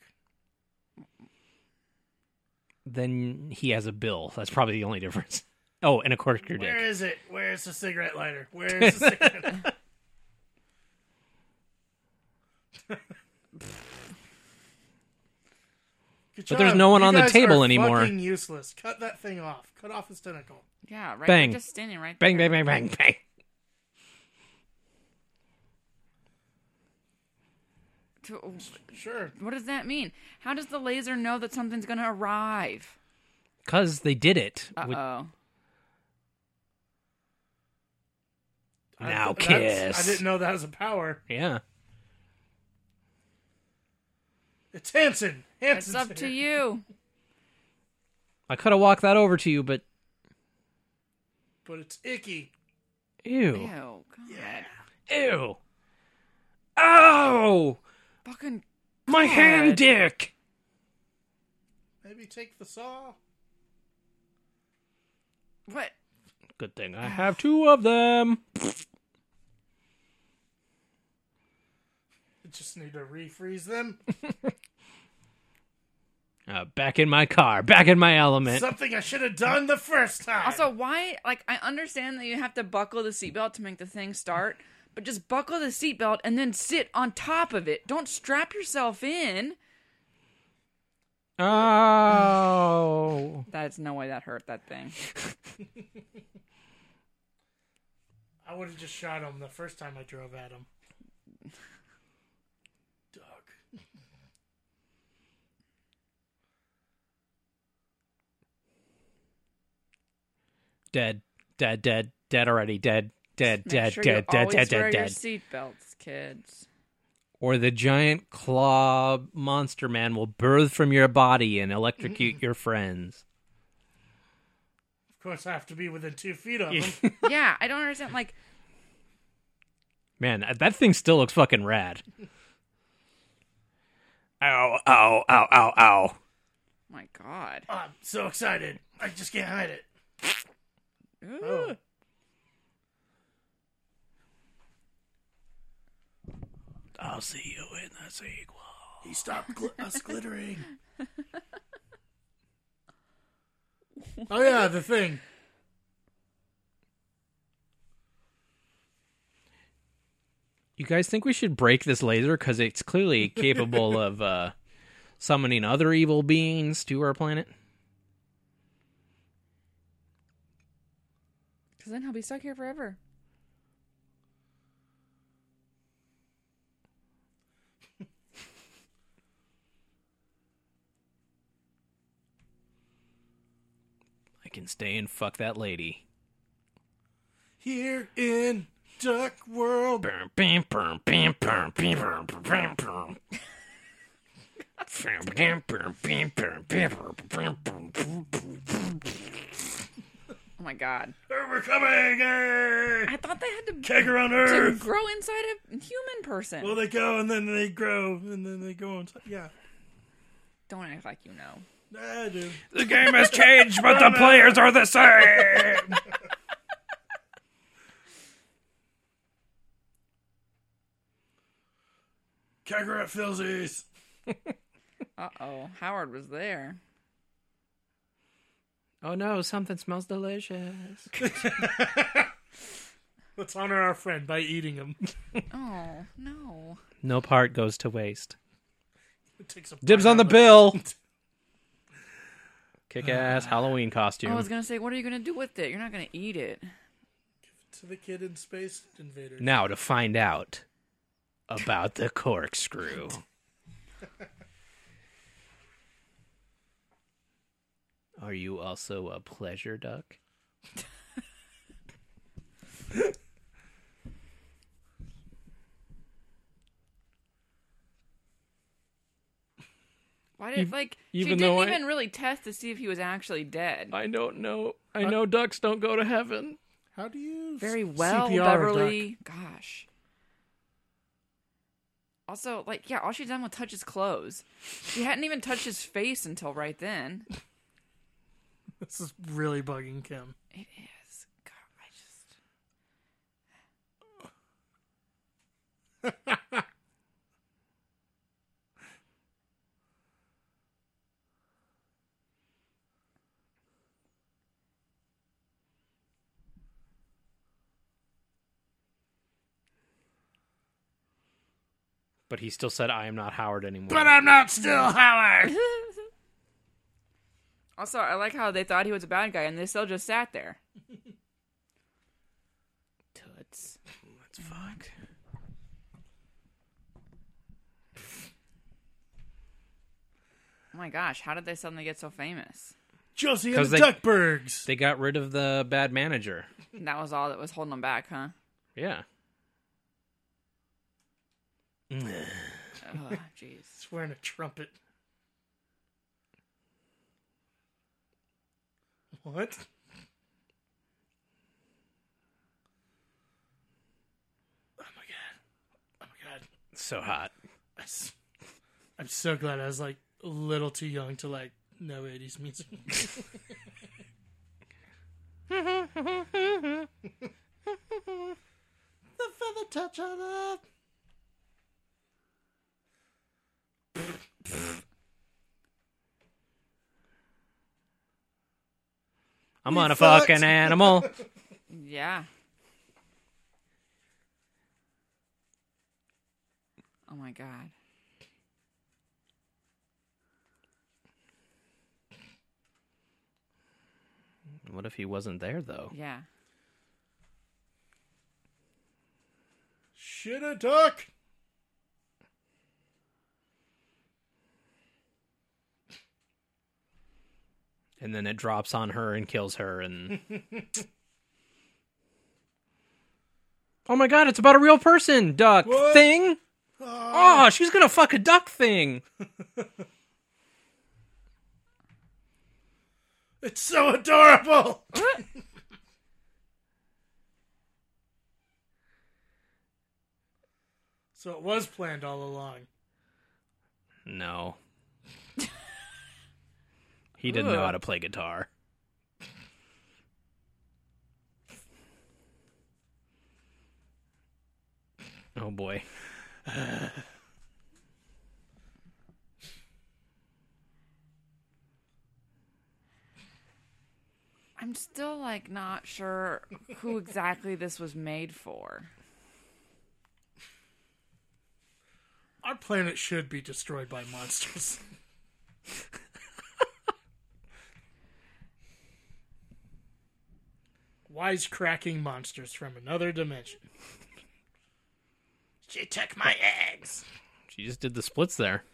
S4: Then he has a bill. That's probably the only difference. Oh, and a corkscrew
S3: Where
S4: dick.
S3: is it? Where's the cigarette lighter? Where's the cigarette lighter? Good
S4: But there's
S3: job.
S4: no one
S3: You
S4: on the
S3: guys
S4: table
S3: are
S4: anymore.
S3: Fucking useless. Cut that thing off. Cut off his tentacle.
S2: Yeah, right.
S4: Bang.
S2: Just standing right
S4: Bang,
S2: there.
S4: bang, bang, bang, bang.
S2: To-
S3: Sure.
S2: What does that mean? How does the laser know that something's going to arrive?
S4: Cause they did it.
S2: Uh
S4: with-
S2: oh. uh,
S3: I-
S4: now
S3: that's-
S4: kiss.
S3: I didn't know that was a power.
S4: Yeah.
S3: It's Hanson. Hanson's
S2: It's up to
S3: here.
S2: you.
S4: I could have walked that over to you, but
S3: But it's icky.
S2: Ew.
S4: ew.
S2: God.
S3: Yeah.
S4: Ew. Oh!
S2: Fucking.
S4: My hand
S2: God.
S4: dick!
S3: Maybe take the saw.
S2: What?
S4: Good thing I have two of them.
S3: Just need to refreeze them.
S4: Uh, back in my car, back in my element.
S3: Something I should have done the first time.
S2: Also, why? Like, I understand that you have to buckle the seatbelt to make the thing start, but just buckle the seatbelt and then sit on top of it. Don't strap yourself in.
S4: oh.
S2: That's no way that hurt that thing.
S3: I would have just shot him the first time I drove at him. Doug.
S4: Dead, dead, dead, dead already, dead, dead,
S2: Make
S4: dead,
S2: sure
S4: dead,
S2: you
S4: dead,
S2: always
S4: dead,
S2: wear
S4: dead,
S2: your
S4: dead.
S2: seatbelts, kids.
S4: Or the giant claw monster man will birth from your body and electrocute your friends.
S3: Of course, I have to be within two feet of him.
S2: yeah, I don't understand. Like,
S4: Man, that thing still looks fucking rad. ow, ow, ow, ow, ow.
S2: my God.
S3: I'm so excited. I just can't hide it.
S2: Ooh.
S3: Oh.
S4: I'll see you in the sequel.
S3: He stopped gl- us glittering. oh, yeah, the thing.
S4: You guys think we should break this laser because it's clearly capable of uh, summoning other evil beings to our planet?
S2: Because then he'll be stuck here forever.
S4: I can stay and fuck that lady.
S3: Here in Duck World.
S4: Bam, bam, bam, bam, bam, bam, bam, bam, bam. Bam, bam, bam, bam, bam, bam, bam, bam, bam, bam, bam.
S2: Oh my god!
S3: We're coming! eh?
S2: I thought they had to,
S3: Kegger on
S2: to
S3: Earth!
S2: grow inside a human person.
S3: Well, they go and then they grow and then they go on. T- yeah,
S2: Don't act like you know.
S3: I do.
S4: The game has changed, but the players are the same.
S3: Kakarot Philsies!
S2: Uh oh, Howard was there.
S4: Oh no, something smells delicious.
S3: Let's honor our friend by eating him.
S2: Oh no!
S4: No part goes to waste.
S3: It takes a
S4: Dibs on the
S3: pineapple.
S4: bill. Kick ass Halloween costume.
S2: Oh, I was gonna say, what are you gonna do with it? You're not gonna eat it.
S3: To the kid in Space Invaders.
S4: Now to find out about the corkscrew. Are you also a pleasure duck?
S2: Why did
S4: Ev-
S2: like she
S4: even
S2: didn't
S4: though I-
S2: even really test to see if he was actually dead?
S4: I don't know. I know ducks don't go to heaven.
S3: How do you.
S2: Very well,
S3: CPR a duck?
S2: Beverly. Gosh. Also, like, yeah, all she done was touch his clothes. She hadn't even touched his face until right then.
S3: This is really bugging Kim.
S2: It is. God, I just.
S4: But he still said, I am not Howard anymore.
S3: But I'm not still Howard!
S2: Also, I like how they thought he was a bad guy and they still just sat there. Toots.
S4: Let's fuck.
S2: Oh my gosh, how did they suddenly get so famous?
S3: Josie and
S4: 'Cause
S3: the
S4: they-
S3: Duckburgs!
S4: They got rid of the bad manager.
S2: That was all that was holding them back, huh?
S4: Yeah.
S2: Oh, jeez.
S3: He's wearing a trumpet. What? Oh my god. Oh my god.
S4: So hot.
S3: I s- I'm so glad I was like a little too young to like know 80s music. the feather touch on up.
S4: I'm
S3: We
S4: on a
S3: fucked.
S4: fucking animal.
S2: Yeah. Oh my god.
S4: what if he wasn't there, though?
S2: Yeah.
S3: Shit a duck.
S4: And then it drops on her and kills her, and. oh my god, it's about a real person! Duck
S3: What?
S4: thing!
S3: Oh,
S4: Oh, she's gonna fuck a duck thing!
S3: it's so adorable. so it was planned all along.
S4: No. he didn't know
S2: Ugh.
S4: how to play guitar. Oh boy.
S2: I'm still like not sure who exactly this was made for.
S3: Our planet should be destroyed by monsters. Wisecracking monsters from another dimension. She took my eggs.
S4: She just did the splits there.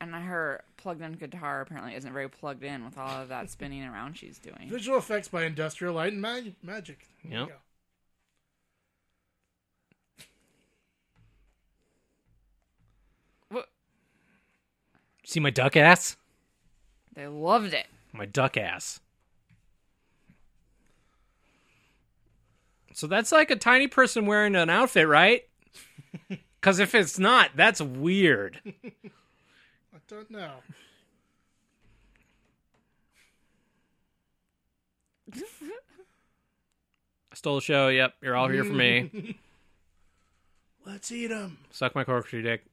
S2: And her plugged in guitar apparently isn't very plugged in with all of that spinning around she's doing.
S3: Visual effects by Industrial Light and mag- Magic.
S4: Yep.
S3: Yeah.
S2: Wha-
S4: See my duck ass?
S2: They loved it.
S4: My duck ass. So that's like a tiny person wearing an outfit, right? Because if it's not, that's weird.
S3: I don't know.
S4: I stole the show. Yep, you're all here for me.
S3: Let's eat them.
S4: Suck my corkscrew dick.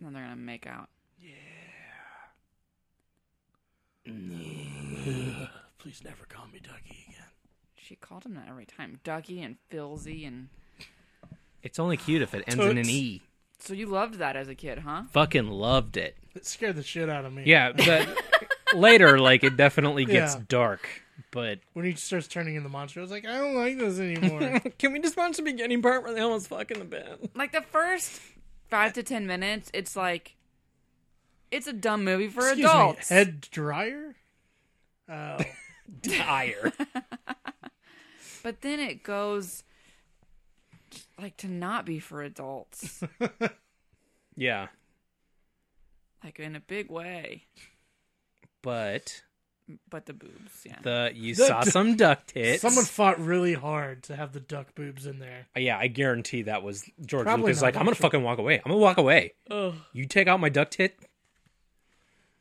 S2: Then they're gonna make out.
S3: Please never call me Dougie again.
S2: She called him that every time. Dougie and Philzy and
S4: It's only cute if it ends in an
S3: Toots.
S4: E.
S2: so you loved that as a kid, huh?
S4: Fucking loved it.
S3: It scared the shit out of me.
S4: Yeah, but later, like, it definitely gets
S3: Yeah.
S4: dark. But
S3: When he starts turning into monster, I was like, I don't like this anymore.
S4: can we just watch the beginning part where they almost fuck in the bed?
S2: Like the first five to ten minutes, it's like it's a dumb movie for
S3: Excuse
S2: adults.
S3: me. Head dryer. Oh,
S4: Tire.
S2: But then it goes like to not be for adults.
S4: yeah,
S2: like in a big way.
S4: but
S2: But the boobs, yeah.
S4: the you
S3: The
S4: saw
S3: d-
S4: some duck tits.
S3: someone fought really hard to have the duck boobs in there.
S4: yeah, I guarantee that was George
S3: Probably
S4: Lucas.
S3: not
S4: Like, I'm gonna
S3: actually.
S4: fucking walk away. I'm gonna walk away. You take out my duck tit.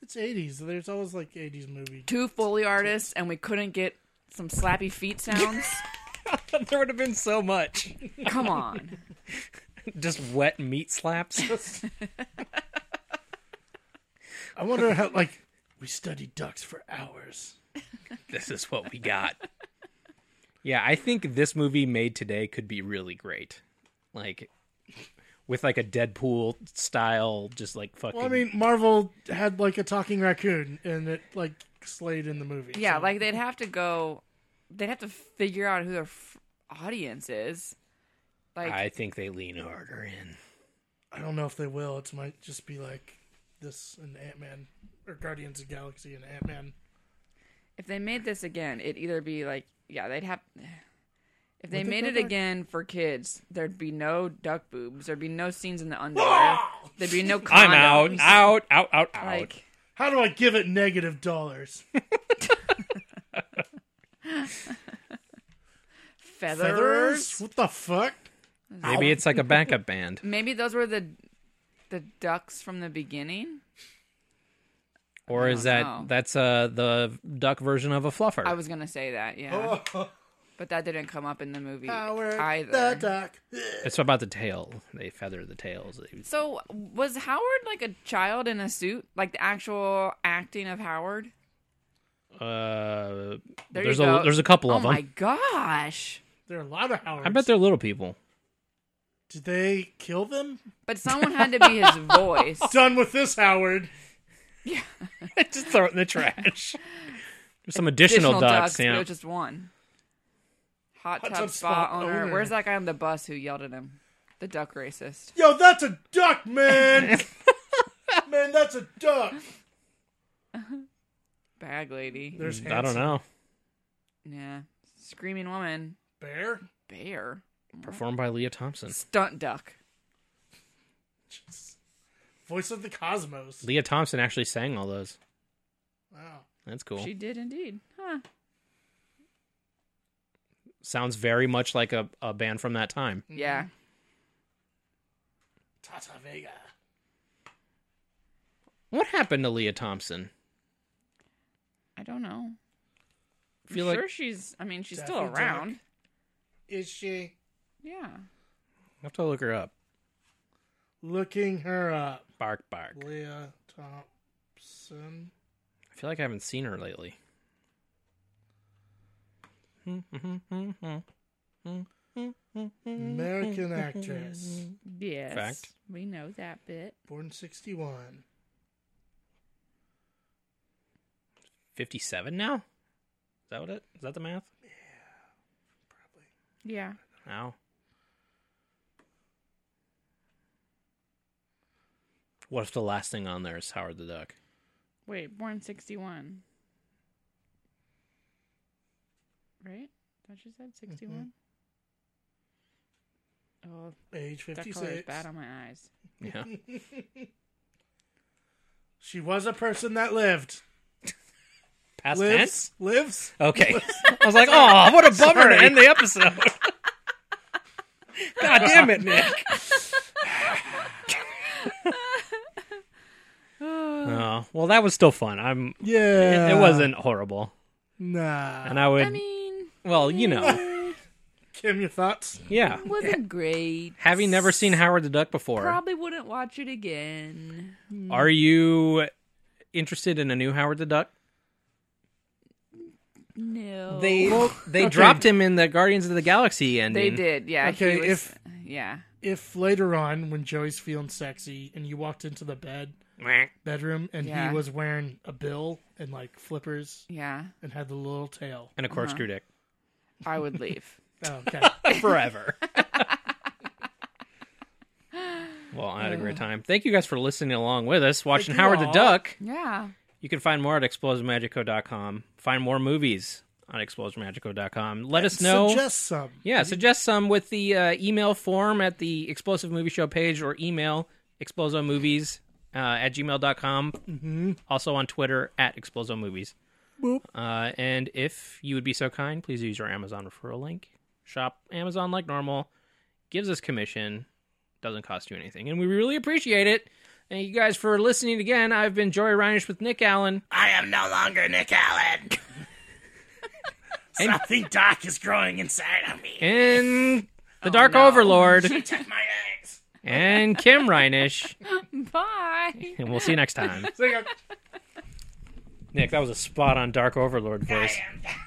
S3: It's eighties. There's always like eighties movie.
S2: Two Foley artists, and we couldn't get some slappy feet sounds.
S4: there would have been so much.
S2: Come on.
S4: Just wet meat slaps.
S3: I wonder how like we studied ducks for hours.
S4: this is what we got. Yeah, I think this movie made today could be really great. Like with like a Deadpool style, just like fucking.
S3: Well, I mean, Marvel had like a talking raccoon, and it like slayed in the movie.
S2: Yeah,
S3: so-
S2: like they'd have to go, they'd have to figure out who their f- audience is. Like,
S4: I think they lean harder in.
S3: I don't know if they will. It might just be like this and Ant Man or Guardians of the Galaxy and Ant Man.
S2: if they made this again, it'd either be like, yeah, they'd have. If they
S3: Would they
S2: made
S3: go
S2: it
S3: back?
S2: again for kids, there'd be no duck boobs. There'd be no scenes in the underwear. there'd be no. Condoms.
S4: I'm out, out, out, out, out.
S2: Like,
S3: How do I give it negative dollars?
S2: feathers.
S3: Feathers? What the fuck?
S4: Maybe it's like a backup band.
S2: Maybe those were the the ducks from the beginning.
S4: Or is
S2: I
S4: that
S2: don't know.
S4: that's uh the duck version of a fluffer?
S2: I was gonna say that, yeah, but that didn't come up in the movie
S3: Oh. Howard
S2: either.
S3: the duck.
S4: It's about the tail. They feather the tails. They-
S2: So was Howard like a child in a suit? Like the actual acting of Howard?
S4: Uh,
S2: There
S4: there's
S2: you go.
S4: a there's a couple
S2: oh
S4: of them.
S2: my gosh!
S3: There are a lot of Howards.
S4: I bet they're little people.
S3: Did they kill them?
S2: But someone had to be his voice.
S3: Done with this, Howard.
S4: just throw it in the trash. There's some additional,
S2: Additional
S4: ducks.
S2: but it
S4: yeah.
S2: was just one. Hot,
S3: Hot
S2: tub,
S3: tub
S2: spa,
S3: spa
S2: owner.
S3: owner.
S2: Where's that guy on the bus who yelled at him? The duck racist.
S3: Yo, that's a duck, man. man, that's a duck.
S2: Bag lady.
S3: There's
S4: Mm, I don't
S3: handsome
S4: know.
S2: Yeah. Screaming woman.
S3: Bear.
S2: Bear.
S4: Performed by Leah Thompson.
S2: Stunt duck.
S3: Jeez. Voice of the cosmos.
S4: Leah Thompson actually sang all those.
S3: Wow.
S4: That's cool.
S2: She did indeed. Huh.
S4: Sounds very much like a, a band from that time.
S5: Mm-hmm.
S2: Yeah.
S3: Tata Vega.
S4: What happened to Leah Thompson?
S2: I don't know. I'm
S4: Feel like-
S2: sure she's I mean she's still
S3: Daffy Duck.
S2: around.
S3: Is she
S2: Yeah.
S4: I have to look her up.
S3: looking her up?
S4: Bark, bark.
S3: Leah Thompson.
S4: I feel like I haven't seen her lately.
S3: American actress.
S2: Yes.
S4: Fact.
S2: We know that bit.
S3: Born 61.
S4: 57 now? Is that what it? Is that the math?
S2: Yeah.
S4: Now. What if the last thing on there is Howard the Duck?
S2: Wait, born 61. Right? Don't you said 61?
S4: Mm-hmm.
S2: Oh,
S3: Age
S2: that color is
S3: 56.
S2: bad on my eyes.
S4: Yeah.
S3: She was a person that lived.
S4: past tense?
S3: lives, lives.
S4: Okay. I was like, oh, what a bummer to end the episode. God damn it, Nick. Oh, well, that was still fun. I'm.
S3: Yeah,
S4: it wasn't horrible,
S3: Nah,
S4: Uh. and I would.
S5: I mean,
S4: well, you know,
S3: Kim, your thoughts?
S4: yeah.
S5: wasn't great.
S4: Having never seen Howard the Duck before,
S5: Probably wouldn't watch it again.
S4: are you interested in a new Howard the Duck?
S5: No.
S4: They they
S3: okay.
S4: dropped him in the Guardians of the Galaxy
S2: They
S4: ending.
S2: did, yeah. he
S3: Okay,
S2: was-
S3: if-
S2: yeah,
S3: If later on, when Joey's feeling sexy, and you walked into the bed
S4: did.
S3: bedroom, and
S2: Yeah.
S3: he was wearing a bill and like flippers
S2: yeah,
S3: and had the little tail.
S4: And a corkscrew
S2: I would leave.
S3: Oh, okay,
S4: dick forever. well, I had a great time. Thank you guys for listening along with us, watching
S3: Uh. you
S4: Howard the
S3: all.
S4: Duck.
S2: yeah,
S4: You can find more at explosivemagico.com. Find more movies on explosivemagico.com. Let us know.
S3: suggest some.
S4: yeah, suggest some with the uh, email form at the Explosive Movie Show page or email explosomovies uh, at gmail.com. Mm-hmm. Also on Twitter at explosomovies.
S3: Boop.
S4: Uh, and if you would be so kind, please use your Amazon referral link. Shop Amazon like normal. Gives us commission. Doesn't cost you anything. And we really appreciate it. Thank you guys for listening again. I've been Joey Reinish with Nick Allen.
S6: I am no longer Nick Allen. Something dark is growing inside of me.
S4: and the Dark Overlord
S6: Check my eggs.
S4: and Kim Reinish.
S2: bye.
S4: And we'll see you next time. Nick, that was a spot on Dark Overlord voice.
S6: I am.